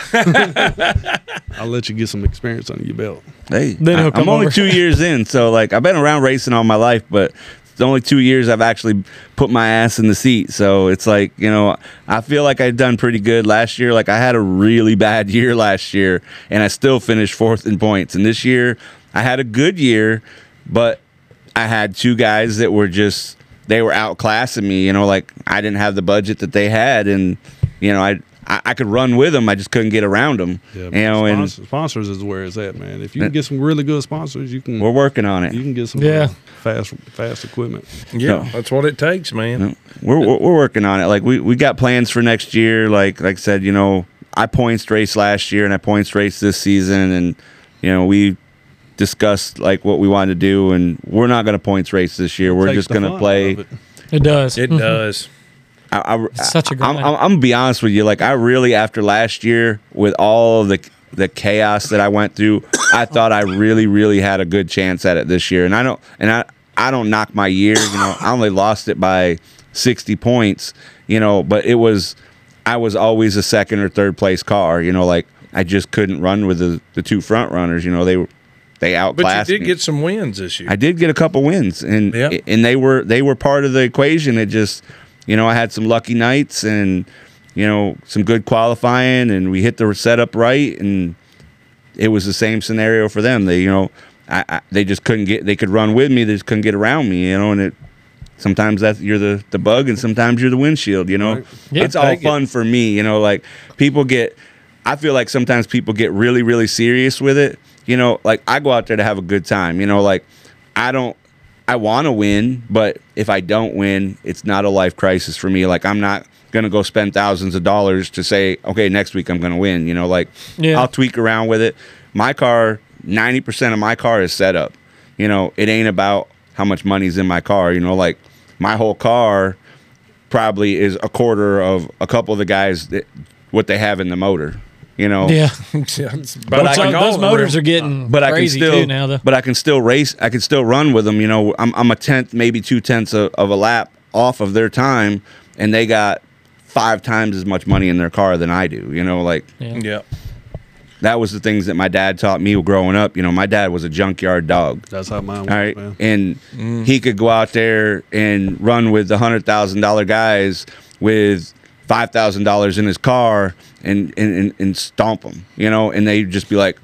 I'll let you get some experience under your belt. Hey, Then I, he'll am come only over. two years in, so like I've been around racing all my life, but it's only two years I've actually put my ass in the seat. So it's like you know, I feel like I've done pretty good last year. Like I had a really bad year last year, and I still finished fourth in points. And this year I had a good year, but I had two guys that were just they were outclassing me. You know, like I didn't have the budget that they had, and you know I. I I could run with them. I just couldn't get around them. you know, and sponsors, sponsors is where it's at, man. If you can get some really good sponsors, you can we're working on it. you can get some Yeah. uh, fast fast equipment. Yeah, No. that's what it takes, man. we're, we're we're working on it. Like we, we got plans for next year. Like like I said, you know, I points race last year and I points race this season, and you know we discussed like what we wanted to do, and we're not going to points race this year. We're Takes just the going fun to out play. of it. it does. It Mm-hmm. does. I, I, such a I- I'm, grind. I'm, I'm gonna be honest with you. Like I really, after last year, with all the the chaos that I went through, I thought I really, really had a good chance at it this year. And I don't, and I, I don't knock my year. You know, I only lost it by sixty points. You know, but it was, I was always a second or third place car. You know, like I just couldn't run with the the two front runners. You know, they were, they But outclassed. you did me. get some wins this year. I did get a couple wins, and Yeah. and they were they were part of the equation. It just, you know, I had some lucky nights, and you know, some good qualifying and we hit the setup right and it was the same scenario for them. They, you know, I, I, they just couldn't get they could run with me, they just couldn't get around me, you know, and it sometimes that's you're the the bug and sometimes you're the windshield, you know. Yeah, it's all take it. fun for me, you know, like people get I feel like sometimes people get really really serious with it. You know, like I go out there to have a good time, you know, like I don't I want to win, but if I don't win, it's not a life crisis for me. Like I'm not going to go spend thousands of dollars to say, okay, next week I'm going to win, you know, like Yeah. I'll tweak around with it. My car, 90% of my car is set up. You know, it ain't about how much money's in my car. You know, like my whole car probably is a quarter of a couple of the guys that what they have in the motor. You know, Yeah, But I I So can those motors are getting but I can crazy still too now. Though. but I can still race. I can still run with them. You know, I'm I'm a tenth, maybe two tenths of, of a lap off of their time, and they got five times as much money in their car than I do. You know, like Yeah. that was the things that my dad taught me growing up. You know, my dad was a junkyard dog. That's how mine was, All right. man. And Mm. he could go out there and run with the hundred thousand dollar guys with five thousand dollars in his car and, and, and, and stomp them, you know, and they'd just be like,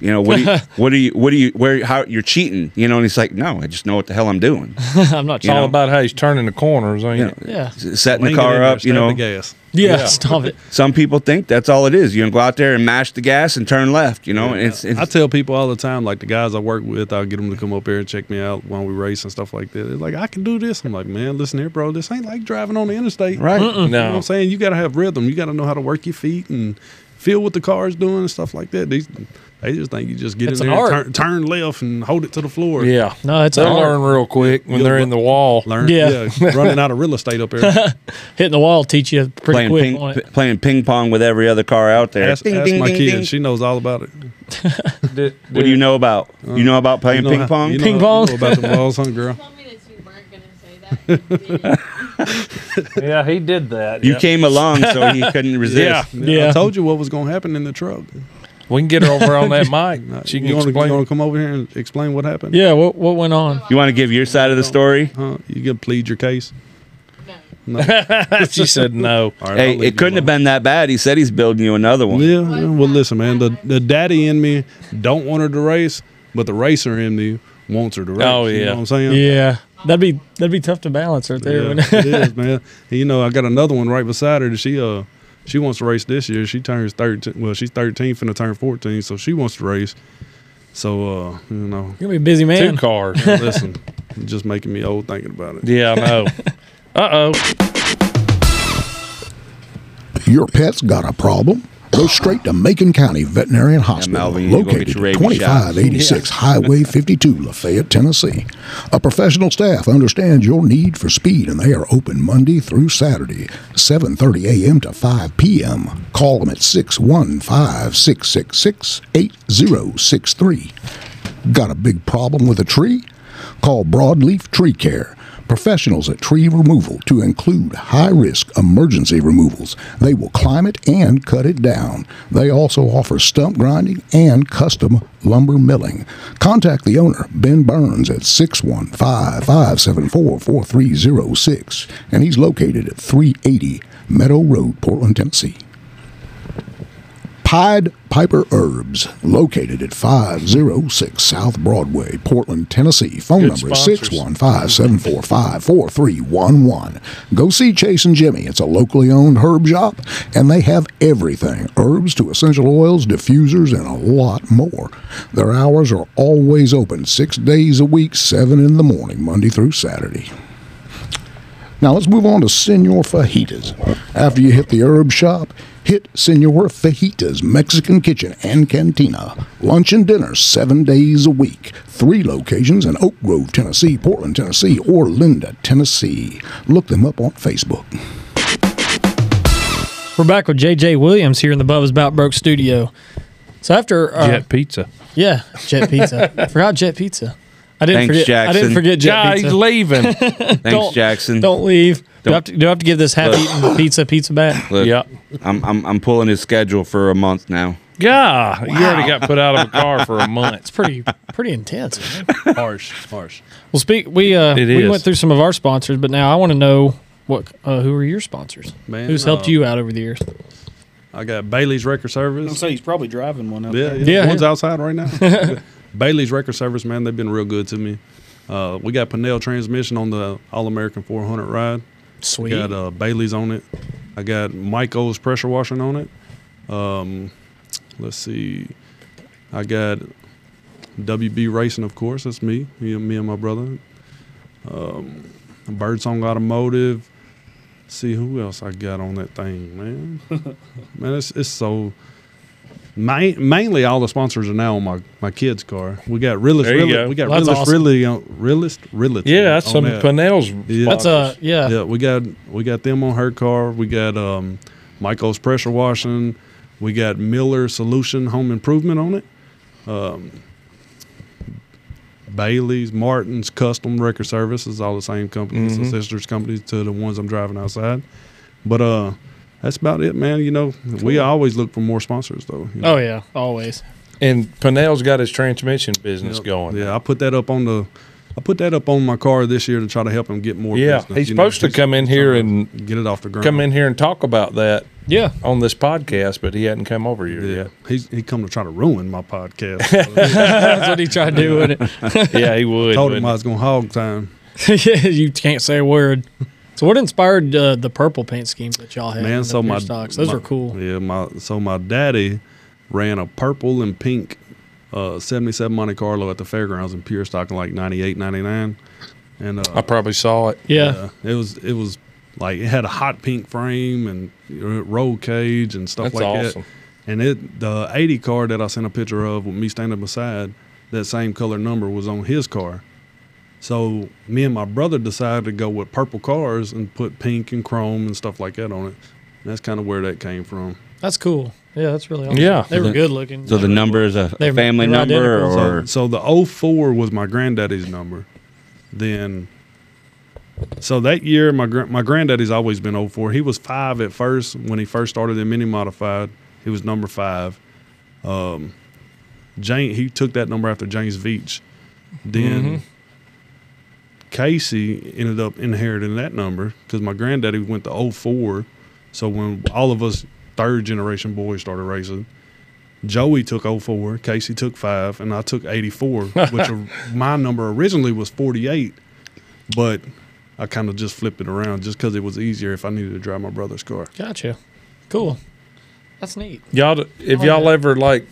you know, what do you, what do you, what do you, where, how you're cheating, you know? And he's like, no, I just know what the hell I'm doing. I'm not It's trying. all about how he's turning the corners, ain't You know, it? yeah. setting Lean the it in car there, up, you stab know, the gas. yeah, Yeah. Stop it. some people think that's all it is. You can go out there and mash the gas and turn left, you know, and it's, it's I tell people all the time, like the guys I work with, I'll get them to come up here and check me out while we race and stuff like that. They're like, I can do this. I'm like, man, listen here, bro. This ain't like driving on the interstate. right. You know what No. I'm saying? You got to have rhythm. You got to know how to work your feet and feel what the car is doing and stuff like that. These, they just think you just get It's in an there, and art. turn, turn left, and hold it to the floor. Yeah. No, it's They'll all- learn real quick when they're in the wall. Learn, Yeah. yeah. running out of real estate up there. Hitting the wall teach you pretty Playing quick ping, on it. p- playing ping pong with every other car out there. ask Ding, ask ding, my ding, kid; ding. she knows all about it. You What do you know about? you know about playing know ping how- pong? you know Ping how- pong? you know about the balls, huh, girl? told me that you weren't going to say that. and you did. Yeah, he did that. You came along, so he couldn't resist. Yeah. I told you what was going to happen in the truck. We can get her over on that mic. She She can you want explain. to come over here and explain what happened? Yeah, what what went on? You want to give your side of the story? Huh? You can plead your case. she said no. All right, I'll Hey, leave you it couldn't have alone. been that bad. He said he's building you another one. Yeah. yeah, Well, listen, man. The the daddy in me don't want her to race, but the racer in me wants her to race. Oh, You yeah. know what I'm saying? Yeah, that'd be that'd be tough to balance right there. Yeah, it is, man. And, you know, I got another one right beside her. That she uh, she wants to race this year. She turns thirteen. Well, she's thirteen, finna turn fourteen, so she wants to race. So uh, you know, You're gonna be a busy man. Two cars. listen, it's just making me old thinking about it. Yeah, I know. Uh oh. Your pet's got a problem? Go straight to Macon County Veterinarian Hospital, Malvin, you go get located at your rabies shot. 2586 Highway 52, Lafayette, Tennessee. A professional staff understands your need for speed, and they are open Monday through Saturday, 7:30 a.m. to 5 p.m. Call them at 615-666-8063. Got a big problem with a tree? Call Broadleaf Tree Care. Professionals at tree removal to include high risk emergency removals. They will climb it and cut it down. They also offer stump grinding and custom lumber milling. Contact the owner, Ben Burns, at 615 574 4306, and he's located at 380 Meadow Road, Portland, Tennessee. Pied Piper Herbs, located at 506 South Broadway, Portland, Tennessee. Phone Good number sponsors. 615 745 4311. Go see Chase and Jimmy. It's a locally owned herb shop, and they have everything herbs to essential oils, diffusers, and a lot more. Their hours are always open six days a week, 7 in the morning, Monday through Saturday. Now let's move on to Senor Fajitas. After you hit the herb shop, hit Senor Fajitas Mexican Kitchen and Cantina. Lunch and dinner seven days a week. Three locations in Oak Grove, Tennessee, Portland, Tennessee, or Linda, Tennessee. Look them up on Facebook. We're back with JJ Williams here in the Bubba's Bout Broke studio. So after uh, Jet pizza. yeah, Jet Pizza. I forgot Jet Pizza. I didn't Thanks, forget. I didn't Jackson. forget Jet Yeah, he's Pizza. leaving. Thanks, Don't- Jackson. Don't leave. do, I Don't- have to, do I have to give this half-eaten pizza pizza back? Look, yeah. I'm, I'm I'm pulling his schedule for a month now. Yeah. You already got put out of a car for a month. Pretty pretty intense. Man. Harsh, harsh. Well, speak. We uh, It we is. went through some of our sponsors, but now I want to know What? Uh, who are your sponsors? Man, Who's helped uh, you out over the years? I got Bailey's Record Service. I'm say he's probably driving one up Yeah, there. yeah. Yeah, one's yeah. outside right now. Bailey's Record Service, man, they've been real good to me. Uh, we got Pinnell transmission on the All American 400 ride. Sweet. We got uh, Bailey's on it. I got Michael's pressure washing on it. Um, let's see. I got WB Racing, of course. That's me. Me and, me and my brother. Um, Birdsong Automotive. see who else I got on that thing, man. man, it's, it's so. Ma- mainly, all the sponsors are now on my, my kid's car. We got realist, There you realist go. we got That's realist, awesome. really on realist, realist. Yeah, that's on some that. Pinnell's. Yeah. That's a uh, yeah. Yeah, we got we got them on her car. We got um, Michael's pressure washing. We got Miller Solution Home Improvement on it. Um, Bailey's, Martin's Custom Record Service is all the same companies, Mm-hmm. the sisters companies to the ones I'm driving outside. But uh, that's about it, man. You know, we always look for more sponsors, though. you know. Oh yeah, always. and Pinnell's got his transmission business going. Yeah, I put that up on the. I put that up on my car this year to try to help him get more. Yeah, business, he's you know, supposed to come in here and get it off the ground. come in here and talk about that Yeah. on this podcast, but he hadn't come over here Yeah, he's he come to try to ruin my podcast. That's what he tried to do with it. yet. Yeah, he would. Told him wouldn't I was gonna hog time. yeah, you can't say a word. So what inspired uh, the purple paint schemes that y'all had? Man, in so the beer my stocks? those my- are cool. Yeah, my so my daddy ran a purple and pink uh, '77 Monte Carlo at the fairgrounds in pure stock in like '98, '99, and uh, he? I probably saw it. Yeah. uh, it was it was like it had a hot pink frame and uh, roll cage and stuff That's like awesome. that. And it the '80 car that I sent a picture of with me standing beside that same color number was on his car. So me and my brother decided to go with purple cars and put pink and chrome and stuff like that on it. And that's kind of where that came from. that's cool. Yeah, that's really awesome. Yeah. they were good looking. So the number is a, They a were- family they were number, identical, or So, so the 04 was my granddaddy's number. Then, so that year, my gran- my granddaddy's always been 04. He was five at first when he first started in mini modified. He was number five. Um, Jane, he took that number after James Veach. Then. Casey ended up inheriting that number because my granddaddy went to 04. So when all of us third generation boys started racing, Joey took 04, Casey took five, and I took 84, which are, my number originally was 48, but I kind of just flipped it around just because it was easier if I needed to drive my brother's car. Gotcha. Cool. That's neat. Y'all, if Oh, y'all yeah. ever like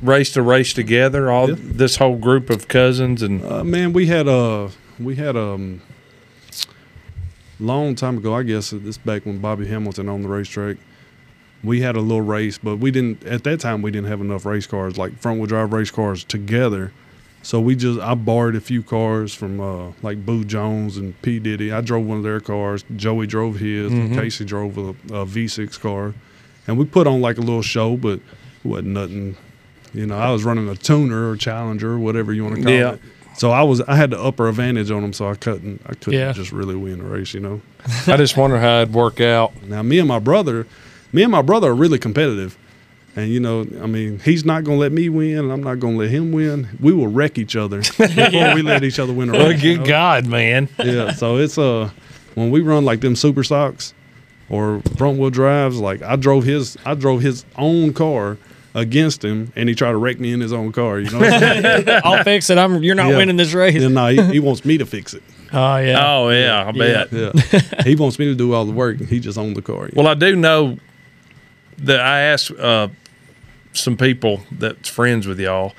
raced a race together, all Yeah. this whole group of cousins and Uh, man, we had a we had um long time ago. I guess uh, this back when Bobby Hamilton on the racetrack. We had a little race, but we didn't at that time. We didn't have enough race cars like front wheel drive race cars together. So we just I borrowed a few cars from uh, like Boo Jones and P Diddy. I drove one of their cars. Joey drove his. and Casey drove a a V6 car, and we put on like a little show, but it wasn't nothing. You know, I was running a tuner or challenger or whatever you want to call Yeah. it. So I was I had the upper advantage on them, so I couldn't I couldn't Yeah. just really win the race. You know. I just wonder how it'd work out. Now me and my brother, me and my brother are really competitive. And you know, I mean, he's not gonna let me win, and I'm not gonna let him win. We will wreck each other before we let each other win a race. you know? God, man. yeah. So it's uh when we run like them super socks or front wheel drives, like I drove his I drove his own car against him and he tried to wreck me in his own car, you know. yeah, I'll fix it. I'm. You're not Yeah. winning this race. Uh, no, Oh he, he wants me to fix it. yeah. Oh yeah, I bet. Yeah. he wants me to do all the work and he just owned the car. Well, I do know that I asked uh, some people that's friends with y'all,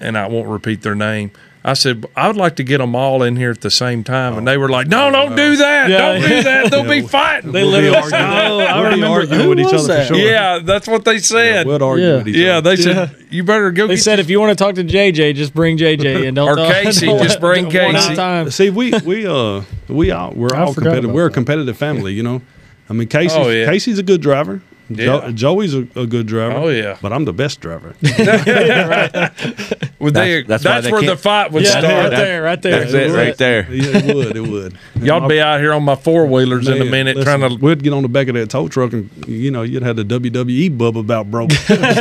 and I won't repeat their name. I said I would like to get them all in here at the same time, and they were like, "No, don't do that! Yeah. Don't do that! They'll be fighting." We'll be literally- arguing. Oh, I We'll be remember. arguing Who with each was other that? for sure. yeah, that's what they said. We'd argue Yeah. with each Yeah, other. they said you better go. They get said if you want to talk to JJ, just bring JJ and don't Or don't- Casey, don't- just bring one at a Casey. time. See, we we uh we all we're I all forgot competitive. about We're a that. competitive family, you know. I mean, Casey's Oh, yeah. Casey's a good driver. Yeah. Jo- Joey's a, a good driver. Oh, yeah. but I'm the best driver. Well, they, that's That's- that's why they where the can't- fight would Yeah, start. right there, right there. that's it right there. yeah, it would. It would. Y'all be out here on my four wheelers in a minute Listen, trying to. We'd get on the back of that tow truck, and you know, you'd have the WWE bub about broke. You be Well,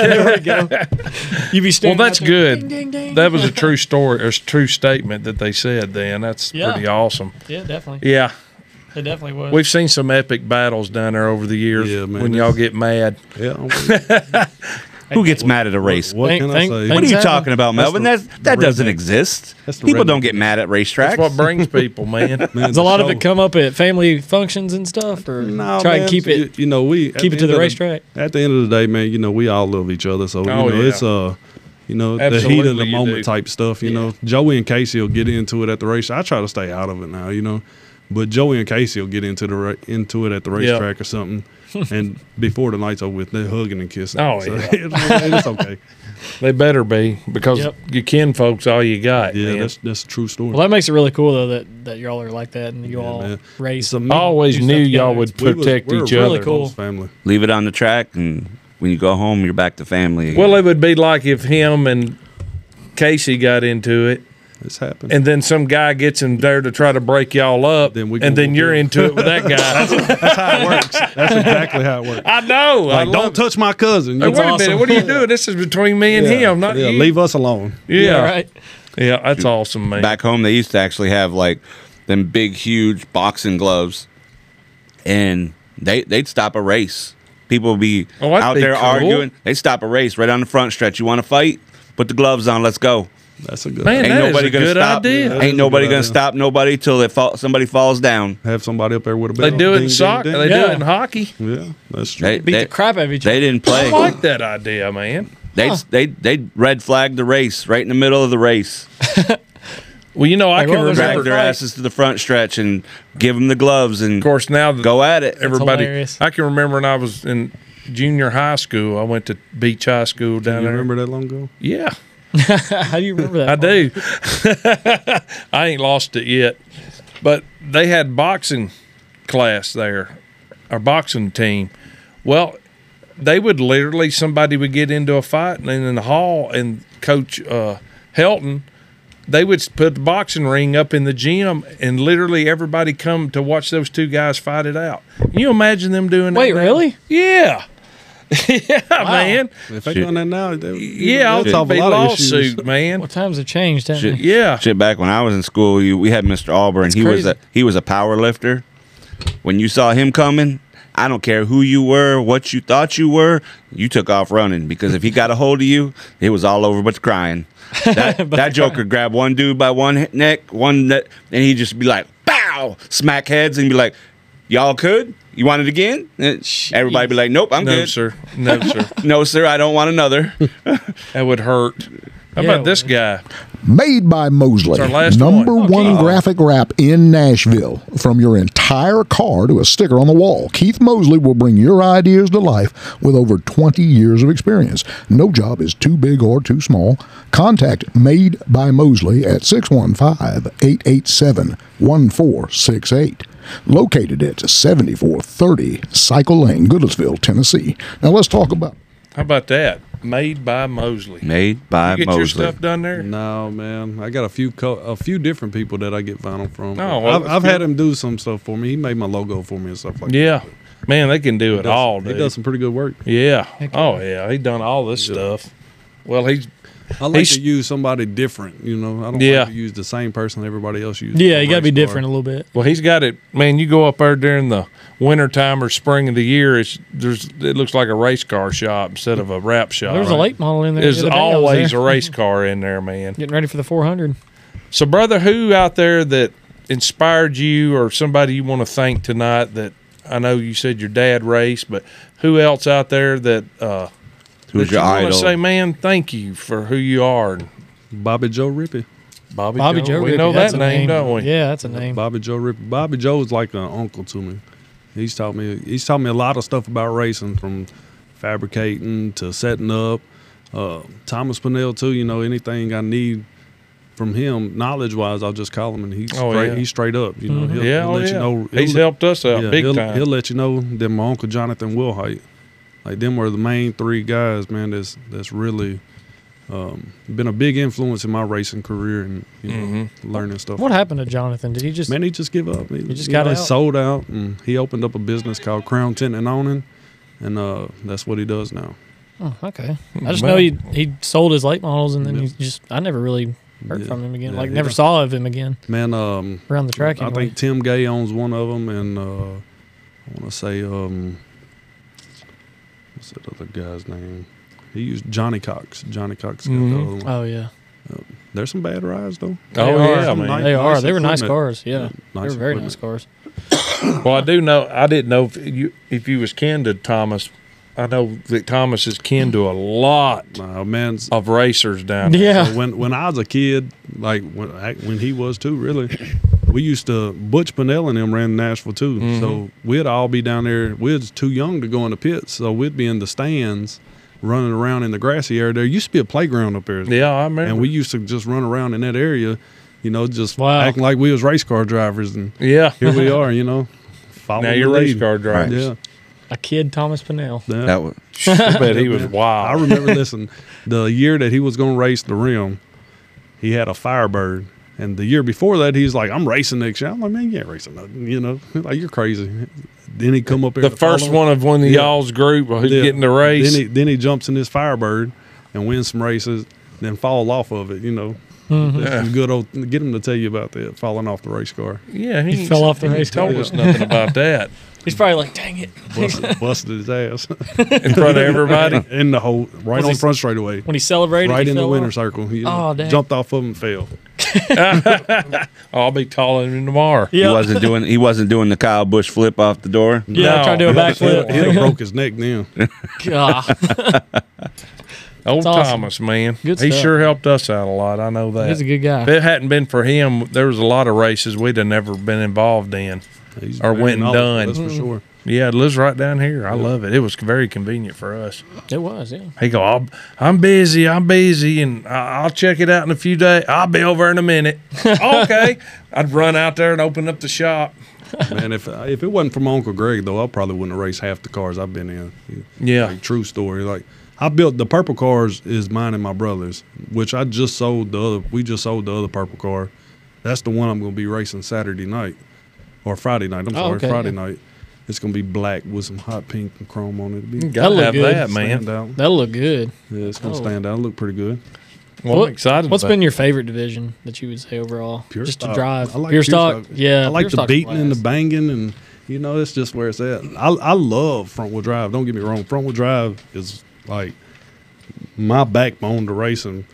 standing. that's out there, good. Ding, ding, ding. That was a true story, or a true statement that they said. Then that's Yeah. pretty awesome. yeah, definitely. Yeah. It definitely was. We've seen some epic battles down there over the years Yeah, man, when y'all get mad. Yeah, what, Who gets mad at a race? What what Thank- can thank- I say? thank- are you Exactly. talking about, Melvin? the- That's, that the doesn't redneck- exist. that's the People don't redneck. get mad at racetracks. That's what brings people, man. Man, Does a lot of so- it come up at family functions and stuff, or No, try man, and keep you- it? You, know, we at keep it to end the of racetrack. At the end of the day, man, you know, we all love each other, so you Oh, know, yeah. it's uh, you know, the heat of Absolutely you the do. moment type stuff. You know, Joey and Casey will get into it at the race. I try to stay out of it now, you know, but Joey and Casey will get into the ra- into it at the racetrack or something. and before the night's over with, they're hugging and kissing. Oh, So yeah. it's, it's okay. They better be because Yep. your kin folks all you got. Yeah, man. that's that's a true story. Well, that makes it really cool though that that y'all are like that and you all man. race. So me- I always Do stuff knew y'all together. would we was- protect we're each a other. really cool. family. Leave it on the track, and when you go home, you're back to family. again. Well, it would be like if him and Casey got into it, It's happened. and then some guy gets in there to try to break y'all up, Then we and go then with you're you. into it with that guy. that's how it works. That's exactly how it works. I know. I Like, love don't it. touch my cousin. Hey, You're wait a minute. What are you doing? This is between me and him, not yeah, you. leave us alone. Yeah, yeah, right. Yeah, that's awesome, man. back home they used to actually have like them big huge boxing gloves and they they'd stop a race people would be Oh, that'd out be there cool. arguing they stop a race right on the front stretch you want to fight put the gloves on let's go That's a good. Man, ain't that is nobody a gonna good stop idea. That is ain't a nobody good gonna idea. stop nobody till they fall somebody falls down have somebody up there with a They bell. do it in Ding, soccer. ding, They ding. do Yeah. it in hockey. Yeah, that's true. they, Beat they, the crap out of each other. they didn't I play like that idea, man. they they they red flagged the race right in the middle of the race Well, you know, I Like, can what was that remember. drag their Right. asses to the front stretch and give them the gloves and Of course, now that go at it everybody, hilarious. I can remember when I was in junior high school. I went to Beach High School you down there. remember that long ago? Yeah, How do you remember that? I Mark? do. I ain't lost it yet, but they had boxing class there, our boxing team. Well, they would literally somebody would get into a fight, and then in the hall, and Coach uh, Helton, they would put the boxing ring up in the gym, and literally everybody come to watch those two guys fight it out. Can you imagine them doing that? Wait, now? really? Yeah. yeah, man. If they done that now, they, Yeah, they'd I'll solve be a lot of issues. lawsuit, man. Well, times have changed, haven't Shit, they? Yeah. Shit, back when I was in school, you, we had Mr. Auburn. he was crazy. a he was a power lifter. When you saw him coming, I don't care who you were, what you thought you were, you took off running because if he got a hold of you, it was all over but the crying. That, that Joker grabbed one dude by one he- neck, one neck, and he'd just be like, "Bow!" Smack heads and be like, "Y'all could? You want it again?" And everybody be like, "Nope, I'm No, good. sir. No, sir. No, sir, I don't want another." That would hurt. How Yeah, it about this guy? Made by Mosley, It's our last number one. one, graphic wrap in Nashville. From your entire car to a sticker on the wall, Keith Mosley will bring your ideas to life with over 20 years of experience. No job is too big or too small. Contact Made by Mosley at 615 887 1468. Located at 7430 Cycle Lane, Goodlettsville, Tennessee. Now let's talk about How about that? Made by Mosley. Made by you get your Mosley. stuff done there? No, man, I got a few co- a few different people that I get vinyl from. Oh, well, I've, that's I've good. had him do some stuff for me. He made my logo for me and stuff like Yeah. Man, they can do it that. all, he dude. does some pretty good work. Yeah. Oh, yeah. He done all this stuff. Well, he's I like He's- to use somebody different. You know, I don't Yeah. like to use the same person everybody else uses. Yeah, for you got to be race car. different a little bit. well, he's got it. Man, you go up there during the wintertime or spring of the year. It's there's it looks like a race car shop instead of a wrap shop. There was Oh, a late model in there. There's the other day I was always there. a race car in there, man. Getting ready for the 400. So, brother, who out there that inspired you, or somebody you want to thank tonight? That I know you said your dad raced, but who else out there that uh, Who's that your you wanna idol? Say, man, thank you for who you are, And Bobby Joe Rippey. Bobby. Bobby Joe, Joe. we Rippey, know that's that a name, don't we? Yeah, that's a name. Bobby Joe Rippey. Bobby Joe's like an uncle to me. He's taught me he's taught me a lot of stuff about racing from fabricating to setting up. Uh, Thomas Pinnell too, you know, anything I need from him knowledge wise, I'll just call him and he's Oh, straight yeah. he's straight up. You know, he'll, yeah, he'll oh, let yeah. you know he's he'll- helped us out yeah, big he'll, time. He'll let you know that my uncle Jonathan Wilhite. Like them were the main three guys, man, that's that's really um, been a big influence in my racing career and you know, Mm-hmm. learning stuff. What happened to Jonathan? Did he just? Man, he just give up. He, just you got know, out. He sold out, and he opened up a business called Crown Tent and Owning, and uh, that's what he does now. oh, okay. I just Well- know he he sold his late models and then he just. I never really Heard Yeah. from him again. Yeah, like he never don't- saw of him again Man, um, around the track. I anyway. think Tim Gay owns one of them, and uh, I want to say um, what's that other guy's name? He used Johnny Cox. Johnny Cox. got the Mhm. other one. Oh yeah, There's some bad rides though. They Oh, are. yeah, man. they are. They were nice equipment. cars. Yeah, they nice were very equipment. nice cars. Well, I do know. I didn't know if you if you was kin to Thomas. I know that Thomas is kin to a lot Nah, man's of racers down there. Yeah, So when when I was a kid, like when I, when he was too, really, we used to Butch Pinnell and them ran Nashville too. Mm-hmm. So we'd all be down there. We was too young to go in the pits, so we'd be in the stands, running around in the grassy area. There used to be a playground up there, Yeah, I remember. and we used to just run around in that area, you know, just Wow. acting like we was race car drivers. And yeah. here we are, you know. Now following you're the race lead. car drivers. Yeah, a kid Thomas Pinnell. yeah. That was I bet he was I Oh. wild. remember, listen, the year that he was going to race the rim, he had a Firebird. And the year before that, he's like, I'm racing next year. I'm like, man, you ain't racing nothing, you know? Like, you're crazy. Then he come up here. The to first follow him. one of one of Yeah. y'all's group who's Yeah. getting the race. Then he, then he jumps in his Firebird and wins some races, then fall off of it, you know? Mm-hmm. That's some Good old, get him to tell you about that, falling off the race car. yeah, he, ain't- fell off the he ain't race car. Told us nothing about that He's probably like, dang it. Busted, busted his ass. in front of everybody. in the hole, right Was on he- front straightaway. When he celebrated, Right he in the fell winner's off. circle. He Oh, dang. jumped off of him and fell. I'll be calling him tomorrow. he Yeah. wasn't doing he wasn't doing the Kyle Bush flip off the door. Yeah, No. trying to do a He'd backflip. have broke his neck then. God, Old That's awesome. Thomas, man. Good he stuff. sure helped us out a lot. I know that. he's a good guy. If it hadn't been for him, there was a lot of races we'd have never been involved in. He's Or very went and knowledgeable, done. That's for sure. Yeah, it lives right down here. I love it. It was very convenient for us. It was, yeah. He go, I'll, I'm busy, I'm busy, and I- I'll check it out in a few days. I'll be over in a minute. okay, I'd run out there and open up the shop. Man, if if it wasn't for my uncle Greg though, I probably wouldn't have raced half the cars I've been in. Yeah. Like, true story. Like I built the purple cars is mine and my brother's, which I just sold the other. We just sold the other purple car. That's the one I'm going to be racing Saturday night or Friday night. I'm sorry, Oh, okay, Friday yeah. night. It's going to be black with some hot pink and chrome on it. It'll be Gotta look have good. that, stand man. out. That'll look good. Yeah, it's going Oh. to stand out. Look pretty good. Well, What- I'm excited. What's about been your favorite division that you would say overall? Pure just stock. to drive. I like pure pure stock. stock. Yeah. I like pure the stock's beating and the class. banging, and you know that's just where it's at. I I love front wheel drive. Don't get me wrong, front wheel drive is like my backbone to racing.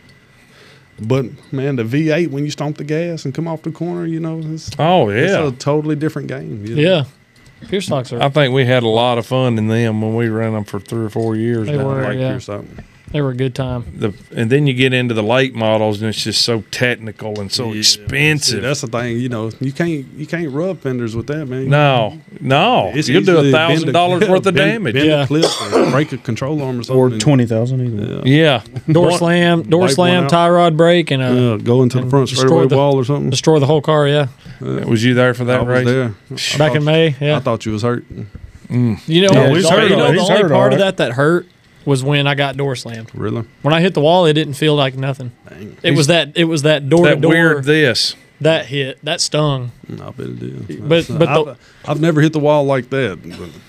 But man, the V8 when you stomp the gas and come off the corner, you know, it's, Oh it's yeah, a totally different game. you know. Yeah. Pure stocks are. I think we had a lot of fun in them when we ran them for three or four years. They now. were. I like yeah. pure something. They were a good time. The, and then you get into the late models, and it's just so technical and so See, expensive. that's the thing, you know, you can't you can't rub fenders with that, man. no, no, It's you'll do easily a bend thousand dollars worth of bend- damage. Bend Yeah. a clip or break a control arm or something. Or 20,000 either. way. Yeah, Door One- slam, door wipe one slam, out. tie rod break, and uh, Uh, go into the front destroy straightaway the- wall or something. destroy the whole car. Yeah. Was you there for I that was race? there. Back in May. Yeah. I thought you was hurt. you know, Yeah, the, he's only- hurt you know all- the he's only hurt part all of right. that that hurt was when I got door slammed. Really? When I hit the wall, it didn't feel like nothing. It was that. It was that door to That door weird this. that hit that stung. No, I bet it did. But- That's- but I've, the- I've never hit the wall like that.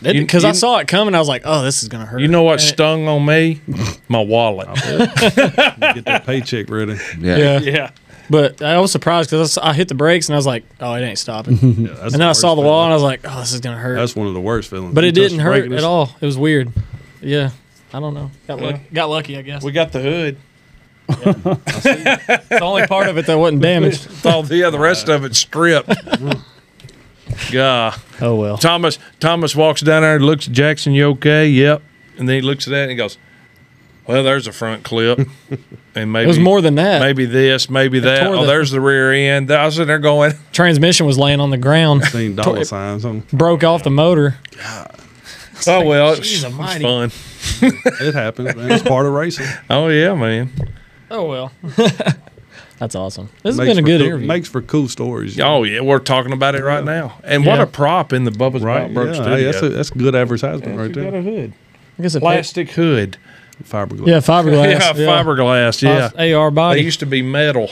But You- Because I you- saw it coming, I was like, "Oh, this is gonna hurt." You know what And it- stung on me? My wallet. get that paycheck ready. Yeah. Yeah. Yeah. But I was surprised because I hit the brakes and I was like, "Oh, it ain't stopping." and Yeah, that's then I worst saw the wall and feeling. I was like, "Oh, this is gonna hurt." That's one of the worst feelings. but You it touch didn't the hurt brake and at it's- all. It was weird. Yeah, I don't know. Got luck- Well. got lucky, I guess. got the hood. It's the only part of it that wasn't damaged. All the other rest of it stripped. Yeah. Oh well. Thomas Thomas walks down there and looks at Jackson, you okay? Yep. And then he looks at that and he goes, Well, there's a front clip. And maybe It was more than that. maybe this, maybe that. tore Oh, the- there's the rear end. I was sitting there going, Transmission was laying on the ground, Seen dollar signs. on- broke off the motor. Oh well, it's "Jeez almighty." fun. It happens. Man. It's part of racing. Oh yeah, man. Oh well. That's awesome. This has Makes been a for good cool, interview. Makes for cool stories. Oh yeah, we're talking about it right now. And what Yeah. a prop in the Bubba's right. Bob Burke Yeah, studio. hey, that's, a, that's good advertisement right You got there. a hood. I guess it Plastic hood. Fiberglass. Yeah, fiberglass. yeah, fiberglass. Yeah. AR They body. used to be metal.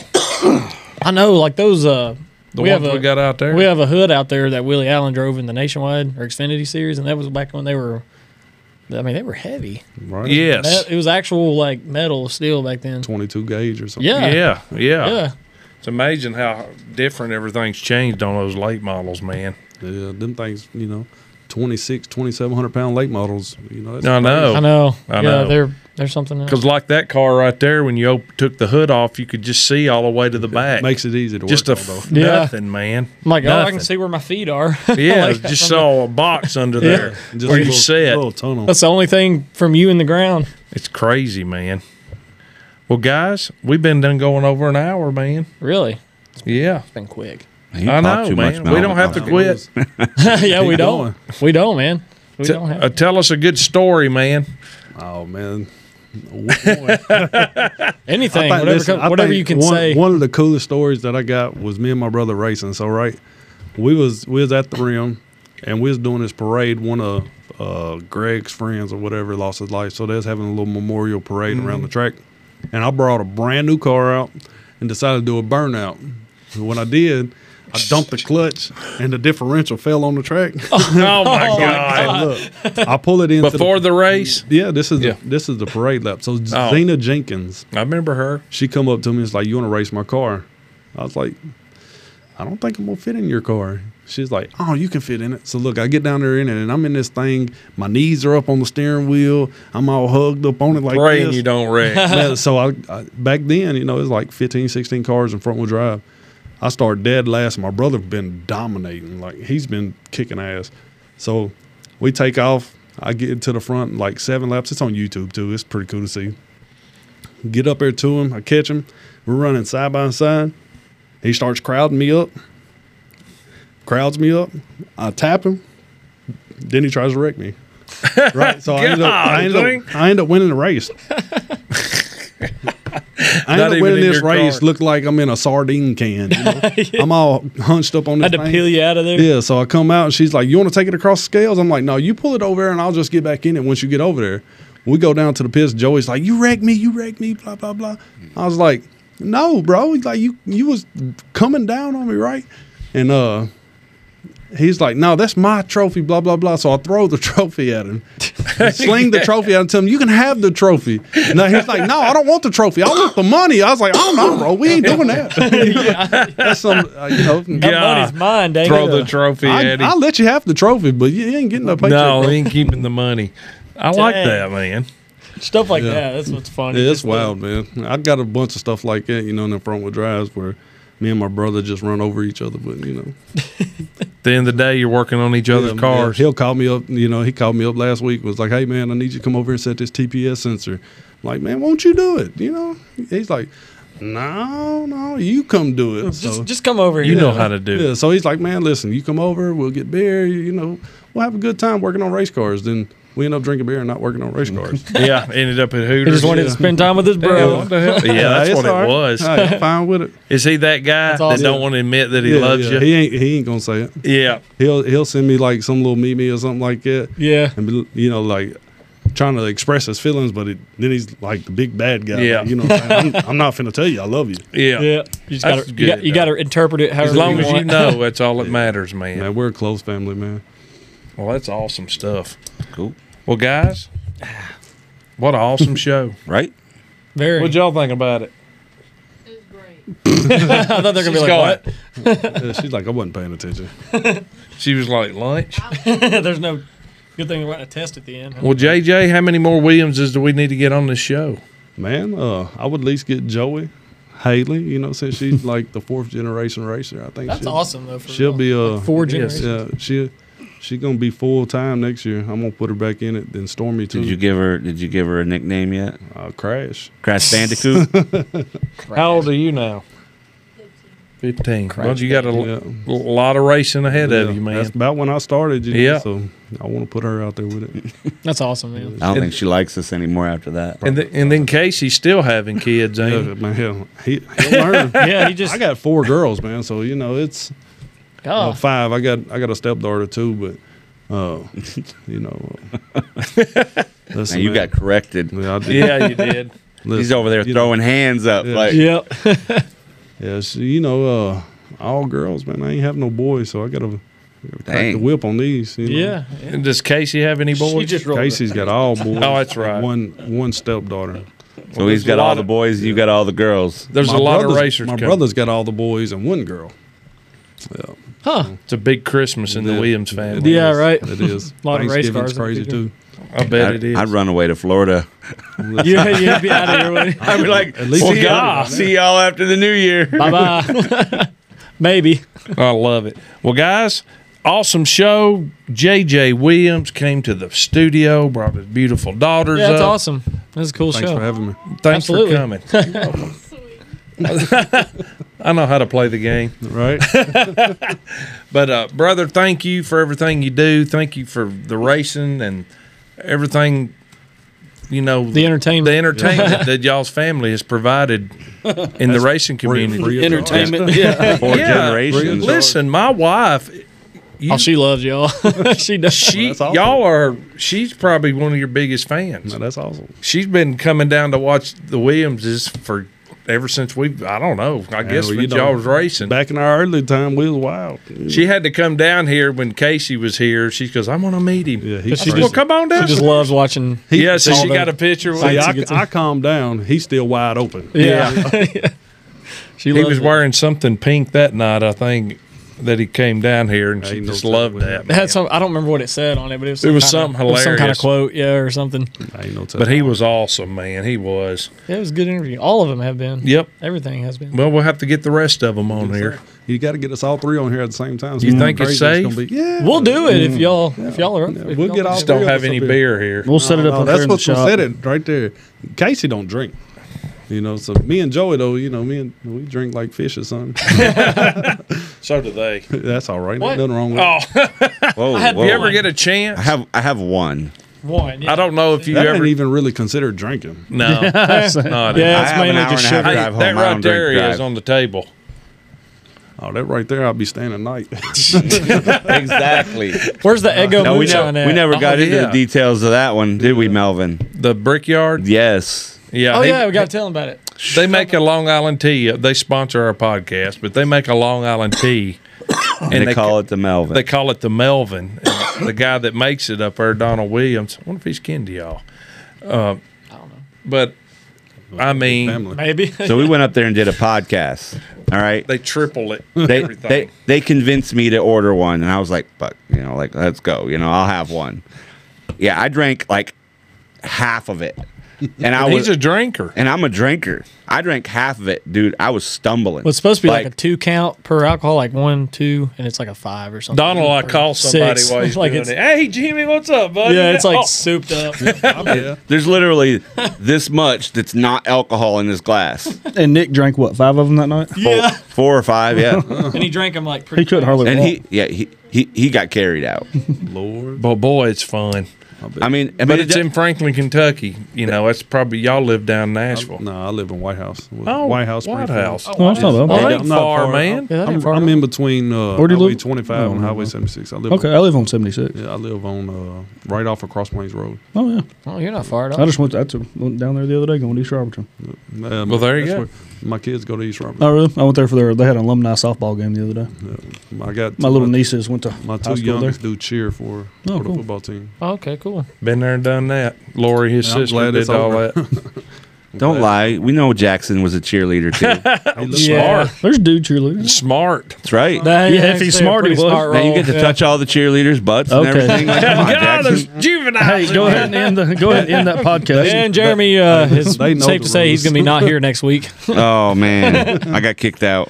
I know, like those. Uh, The we ones have we a got out there. we have a hood out there that Willie Allen drove in the Nationwide or Xfinity series, and that was back when they were I mean, they were heavy. Right? Yes. It was actual like metal steel back then. 22 gauge or something. Yeah. Yeah, yeah. Yeah. It's amazing how different everything's changed on those late models, man. Yeah, them things, you know, 26, 2700 pound late models. You know, that's I know. I know. I Yeah, know. they're there's something else. Because like that car right there, when you op- took the hood off, you could just see all the way to the back. makes it easy to just a work on, f- though. Yeah. nothing, man. I'm like, oh, I Nothing. can see where my feet are. Yeah, Like, just saw a box under there Just where a you little, sit. little tunnel. that's the only thing from you in the ground. It's crazy, man. Well, guys, we've been done going over an hour, man. Really, Yeah, it's been quick. He I talked know, too man. much, Oh, we don't have to quit. yeah, we don't. Keep going. We don't, man. We T- don't have. uh, tell us a good story, man. Oh man. Anything, think- whatever, listen, co- I whatever think you can one, say. One of the coolest stories that I got was me and my brother racing. So right, we was we was at the rim, and we was doing this parade. One of uh, Greg's friends or whatever lost his life, so they was having a little memorial parade around the Mm. track. And I brought a brand new car out and decided to do a burnout. And when I did, I dumped the clutch and the differential fell on the track. Oh my God! And look, I pull it in Before the race, yeah, this is Yeah. Oh. The, this is the parade lap. So Zena Jenkins I remember her. she come up to me and is like, "You want to race my car?" I was like, "I don't think I'm gonna fit in your car." She's like, "Oh, you can fit in it." So look, I get down there in it, and I'm in this thing. My knees are up on the steering wheel. I'm all hugged up on it like Praying this. you don't wreck. Man, so I, I back then, you know, it was like 15, 16 cars in front wheel drive. I started dead last. My brother been dominating, like he's been kicking ass. So we take off. I get into the front like seven laps. It's on YouTube too. It's pretty cool to see. Get up there to him. I catch him. We're running side by side. He starts crowding me up. Crowds me up. I tap him. Then he tries to wreck me. Right. So I end up, I end Golly. up, I end up winning the race. I Not end up even winning in this your race. car. Look like I'm in a sardine can. you know? I'm all hunched up on I this had to thing. peel you out of there. Yeah, so I come out and she's like, "You want to take it across the scales?" I'm like, "No, you pull it over there and I'll just get back in it once you get over there." We go down to the pits. Joey's like, "You wrecked me, you wrecked me, blah blah blah." I was like, "No, bro, He's like you you was coming down on me, right?" And uh, he's like, "No, that's my trophy, blah blah blah." So I throw the trophy at him, sling the trophy at him, tell him, "You can have the trophy." Now he's like, "No, I don't want the trophy. I want the money." I was like, "Oh no, bro, we ain't doing that." that's some, uh, you know. That Yeah. money's mine, dang Throw it. the trophy I, at him. I'll let you have the trophy, but you ain't getting no paycheck. No, bro. he ain't keeping the money. I like Dang. that, man. Stuff like that. That's what's funny. Yeah, it's Just the- wild, man. I got a bunch of stuff like that, you know, in the front wheel drives where me and my brother just run over each other. But you know, At the end of the day, you're working on each other's Yeah, cars. He'll call me up. You know, he called me up last week. Was like, "Hey, man, I need you to come over and set this TPS sensor." I'm like, man, won't you do it? You know, he's like, "No, no, you come do it." Just, So- just come over you here. know how to do. Yeah, so he's like, man, listen, you come over, we'll get beer, you, you know, we'll have a good time working on race cars. Then we end up drinking beer and not working on race cars. it. Yeah, ended up at He Hooters. just wanted to Yeah. spend time with his bro. What the hell? Yeah, that's it's what it all right. was. Hey, I'm fine with it. Is he that guy That's that awesome. don't want to admit that he Yeah, loves you? yeah. He ain't he ain't gonna say it. yeah. He'll he'll send me like some little meme or something like that, Yeah. and be, you know like trying to express his feelings, but it, then he's like the big bad guy. Yeah. you know what I'm, saying? I'm, I'm not finna tell you I love you. Yeah. Yeah. You just That's gotta you, got, good, you though. gotta interpret it however As long you as you want. know, that's all that matters, man. Man, we're a close family, man. Well, that's awesome stuff. Cool. Well, guys, what an awesome show. Right? Very. What'd y'all think about it? It was great. I thought they're gonna be like, Scott. Yeah, she's like I wasn't paying attention. She was like, lunch? what? There's no good thing about a test at the end. huh? Well, JJ, how many more Williamses do we need to get on this show? Man, uh, I would at least get Joey, Haley. You know, since she's like the fourth generation racer, I think That's she'll, awesome though. For She'll real. be uh, four Yes. generations. Yeah, she she gonna be full time next year. I'm gonna put her back in it. Then Stormy too. Did you give her did you give her a nickname yet? uh, crash? Crash Bandicoot? How old are you now? 15. Well, you got a l- Yeah. l- lot of racing ahead Yeah, of you, man. That's about when I started. You Yeah. Know, so I want to put her out there with it. That's awesome, man. I don't think she likes us anymore after that. And, th- and then Casey's still having kids, ain't Yeah, he? Uh, man, hell, he, he'll learn. Yeah, he just I got four girls, man. So you know it's well, oh, five. I got I got a stepdaughter too, but uh, you know. uh, Now listen, you got man. corrected. Yeah, I did. Yeah, you did. Listen, He's over there you know, throwing hands up Yeah. like yep. Yeah, so, you know, uh, all girls, man. I ain't have no boys, so I gotta Crack the Dang. whip on these. You know? Yeah. And does Casey have any boys? Casey's got all boys. Oh, that's right. One one stepdaughter. So he's a got lot all the of- boys, and you got all the girls. There's My a lot of brother's- racers. My coming. brother's got all the boys and one girl. Huh. It's a big Christmas in the Yeah. Williams It family. Yeah, is. right. It is. Lot of race Thanksgiving's cars in the crazy picture. too. I bet I'd, it is. I'd run away to Florida. You, you'd be out of here. wouldn't you? I'd be like, At least see, you y'all, got it. see y'all after the new year. Bye bye. uh, Maybe. I love it. Well, guys, awesome show. JJ Williams came to the studio, brought his beautiful daughters Yeah, that's up. awesome. That's a cool Thanks show. for having me. Thanks Absolutely. for coming. I know how to play the game. Right. But uh, brother, thank you for everything you do. Thank you for the racing and everything. You know The entertainment. the entertainment that y'all's family has provided in the racing community. Free of Entertainment. Yeah. Four Yeah. generations. Listen, my wife, you, oh, she loves y'all. she does. she, That's awesome. y'all are. She's probably one of your biggest fans. charge. No, that's awesome. She's been coming down to watch the Williamses for ever since we. I don't know. I guess well, you when don't- y'all was racing. Back in our early time, we was wild. She had to come down here when Casey was here. She goes, "I'm gonna meet him." Yeah, Yeah, he's she crazy. well, come on She down. just loves watching. yeah, so all she the- got a picture. With See, him. I, gets in. I calmed down. He's still wide open. Yeah. she he loves was it. wearing something pink that night, I think, that he came down here, and she Ain't no just telling loved what that. It had some. I don't remember what it said on it, but it was. It was some something kinda- it was Some kind of hilarious. quote, yeah, or something. I ain't no telling. But he was awesome, man. He was. Yeah, it was a good interview. All of them have been. Yep. Everything has been. Well, we'll have to get the rest of them on here. You got to get us all three on here at the same time. You think it's crazy safe? gonna be- yeah. We'll do it if y'all if y'all are. Up, Yeah, if we'll y'all get are. off Just don't Three of have us any up beer here. We'll set it up. No, up that's there in the what shop. said it right there. Casey don't drink. You know, so me and Joey though, you know, me and we drink like fish or something. So do they. that's all right. What? Ain't Nothing wrong with Oh, Whoa, whoa. you ever get a chance? I have I have one. One. Yeah. I don't know if it. you That ever. ain't even really considered drinking. no, that's not. it. Yeah, I it's have an mainly hour just and a sugar. half drive home. that I right don't drink there is drive. on the table. Oh, that right there, I'll be staying at night. exactly. Where's the Ego No, we moonshine at? never, Uh-huh. we never got Oh, into yeah. the details of that one, did we, Melvin? The brickyard. Yes. Yeah. Oh he- yeah, we got to tell them about it. They make a Long Island tea. They sponsor our podcast, but they make a Long Island tea, Oh. and And they, ca- call it the Melvin. they call it the Melvin. And the guy that makes it up there, Donald Williams. I wonder if he's kin to y'all. Uh, I don't know. But I mean, Family. Maybe. so we went up there and did a podcast. All right. they triple it. They, everything. they they convinced me to order one, and I was like, "Fuck, you know, like let's go, you know, I'll have one." Yeah, I drank like half of it, and I was, he's a drinker. and I'm a drinker. I drank half of it, dude. I was stumbling. Well, it's supposed to be like, a two count per alcohol, like one, two, and it's like a five or something. Donald, I call somebody Six. while he's Like doing it's- it. Hey, Jimmy, what's up, buddy? Yeah, it's like Oh, souped up. yeah. There's literally this much that's not alcohol in this glass. And Nick drank what five of them that night. yeah. Four, four or five, yeah. and he drank them like pretty. He couldn't fast. hardly. and walk. he, yeah, he, he, he got carried out. Lord. but boy, it's fun. I mean, I mean, But it it's do- in Franklin, Kentucky. You know, that's probably y'all live down in Nashville. No, I live in White House. Oh, White House. White Springfield. House. No, that's not bad. Well, Yeah, ain't I'm not far, man. I'm- Yeah, that ain't I'm, far I'm at in between uh, Where do you Highway live? 25 and Highway 76. I live Okay, On, I live on seventy six. yeah, I live on uh, right off of Cross Plains Road. Oh yeah, Oh, you're not far at I all. just went. I took- went down there the other day going to East Robertson. Um, Well, there you that's go. where My kids go to East Robert. Oh really? I went there for their. They had an alumni softball game the other day. I got My little nieces went to My high two school there. youngest do cheer for, Oh, for the cool. football team. Oh, okay, cool. Been there and done that. Lori, his Yeah, I'm sister, glad did it's all over. that. don't lie. We know Jackson was a cheerleader too. He looks Yeah. Smart. There's dude cheerleaders. Smart. That's right. That, Yeah, if actually he's a smart, he pretty was. smart Now you role, get to yeah. touch all the cheerleaders' butts Okay. and everything. Like, come on, God, there's Jackson. juveniles. Hey, go ahead and end the go ahead and end that podcast. And Jeremy, uh, is They know safe the to say he's rules. going to be not here next week. Oh man, I got kicked out.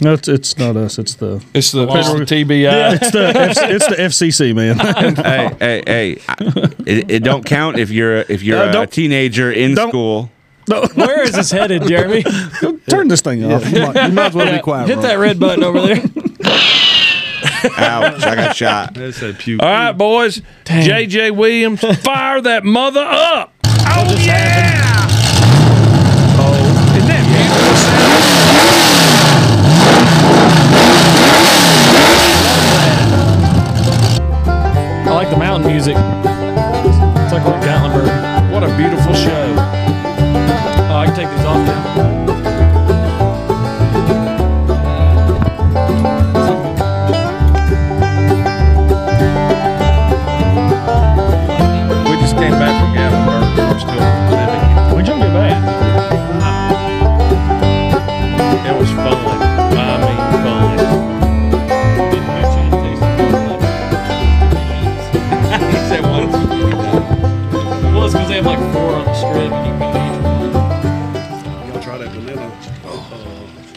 No, it's, it's not us. It's the It's the, it's the TBI. it's the F- it's the FCC man. hey, hey, hey! I, it, it don't count if you're if you're No, a don't- teenager in don't- school. Where is this headed, Jeremy? Turn this thing off. You might, you might as well be quiet. Hit bro. that red button over there. Ouch! I got shot. That's a puke. All right, boys. Dang. JJ Williams, fire that mother up. Oh, yeah. Oh, isn't that beautiful sound? I like the mountain music. It's like we're in Gatlinburg. What a beautiful show. Oh, I can take these off now. I mean, fun. He said one, two, three, nine. Well, it's because they have like four on the strip. And you can eat one. Y'all try that vanilla.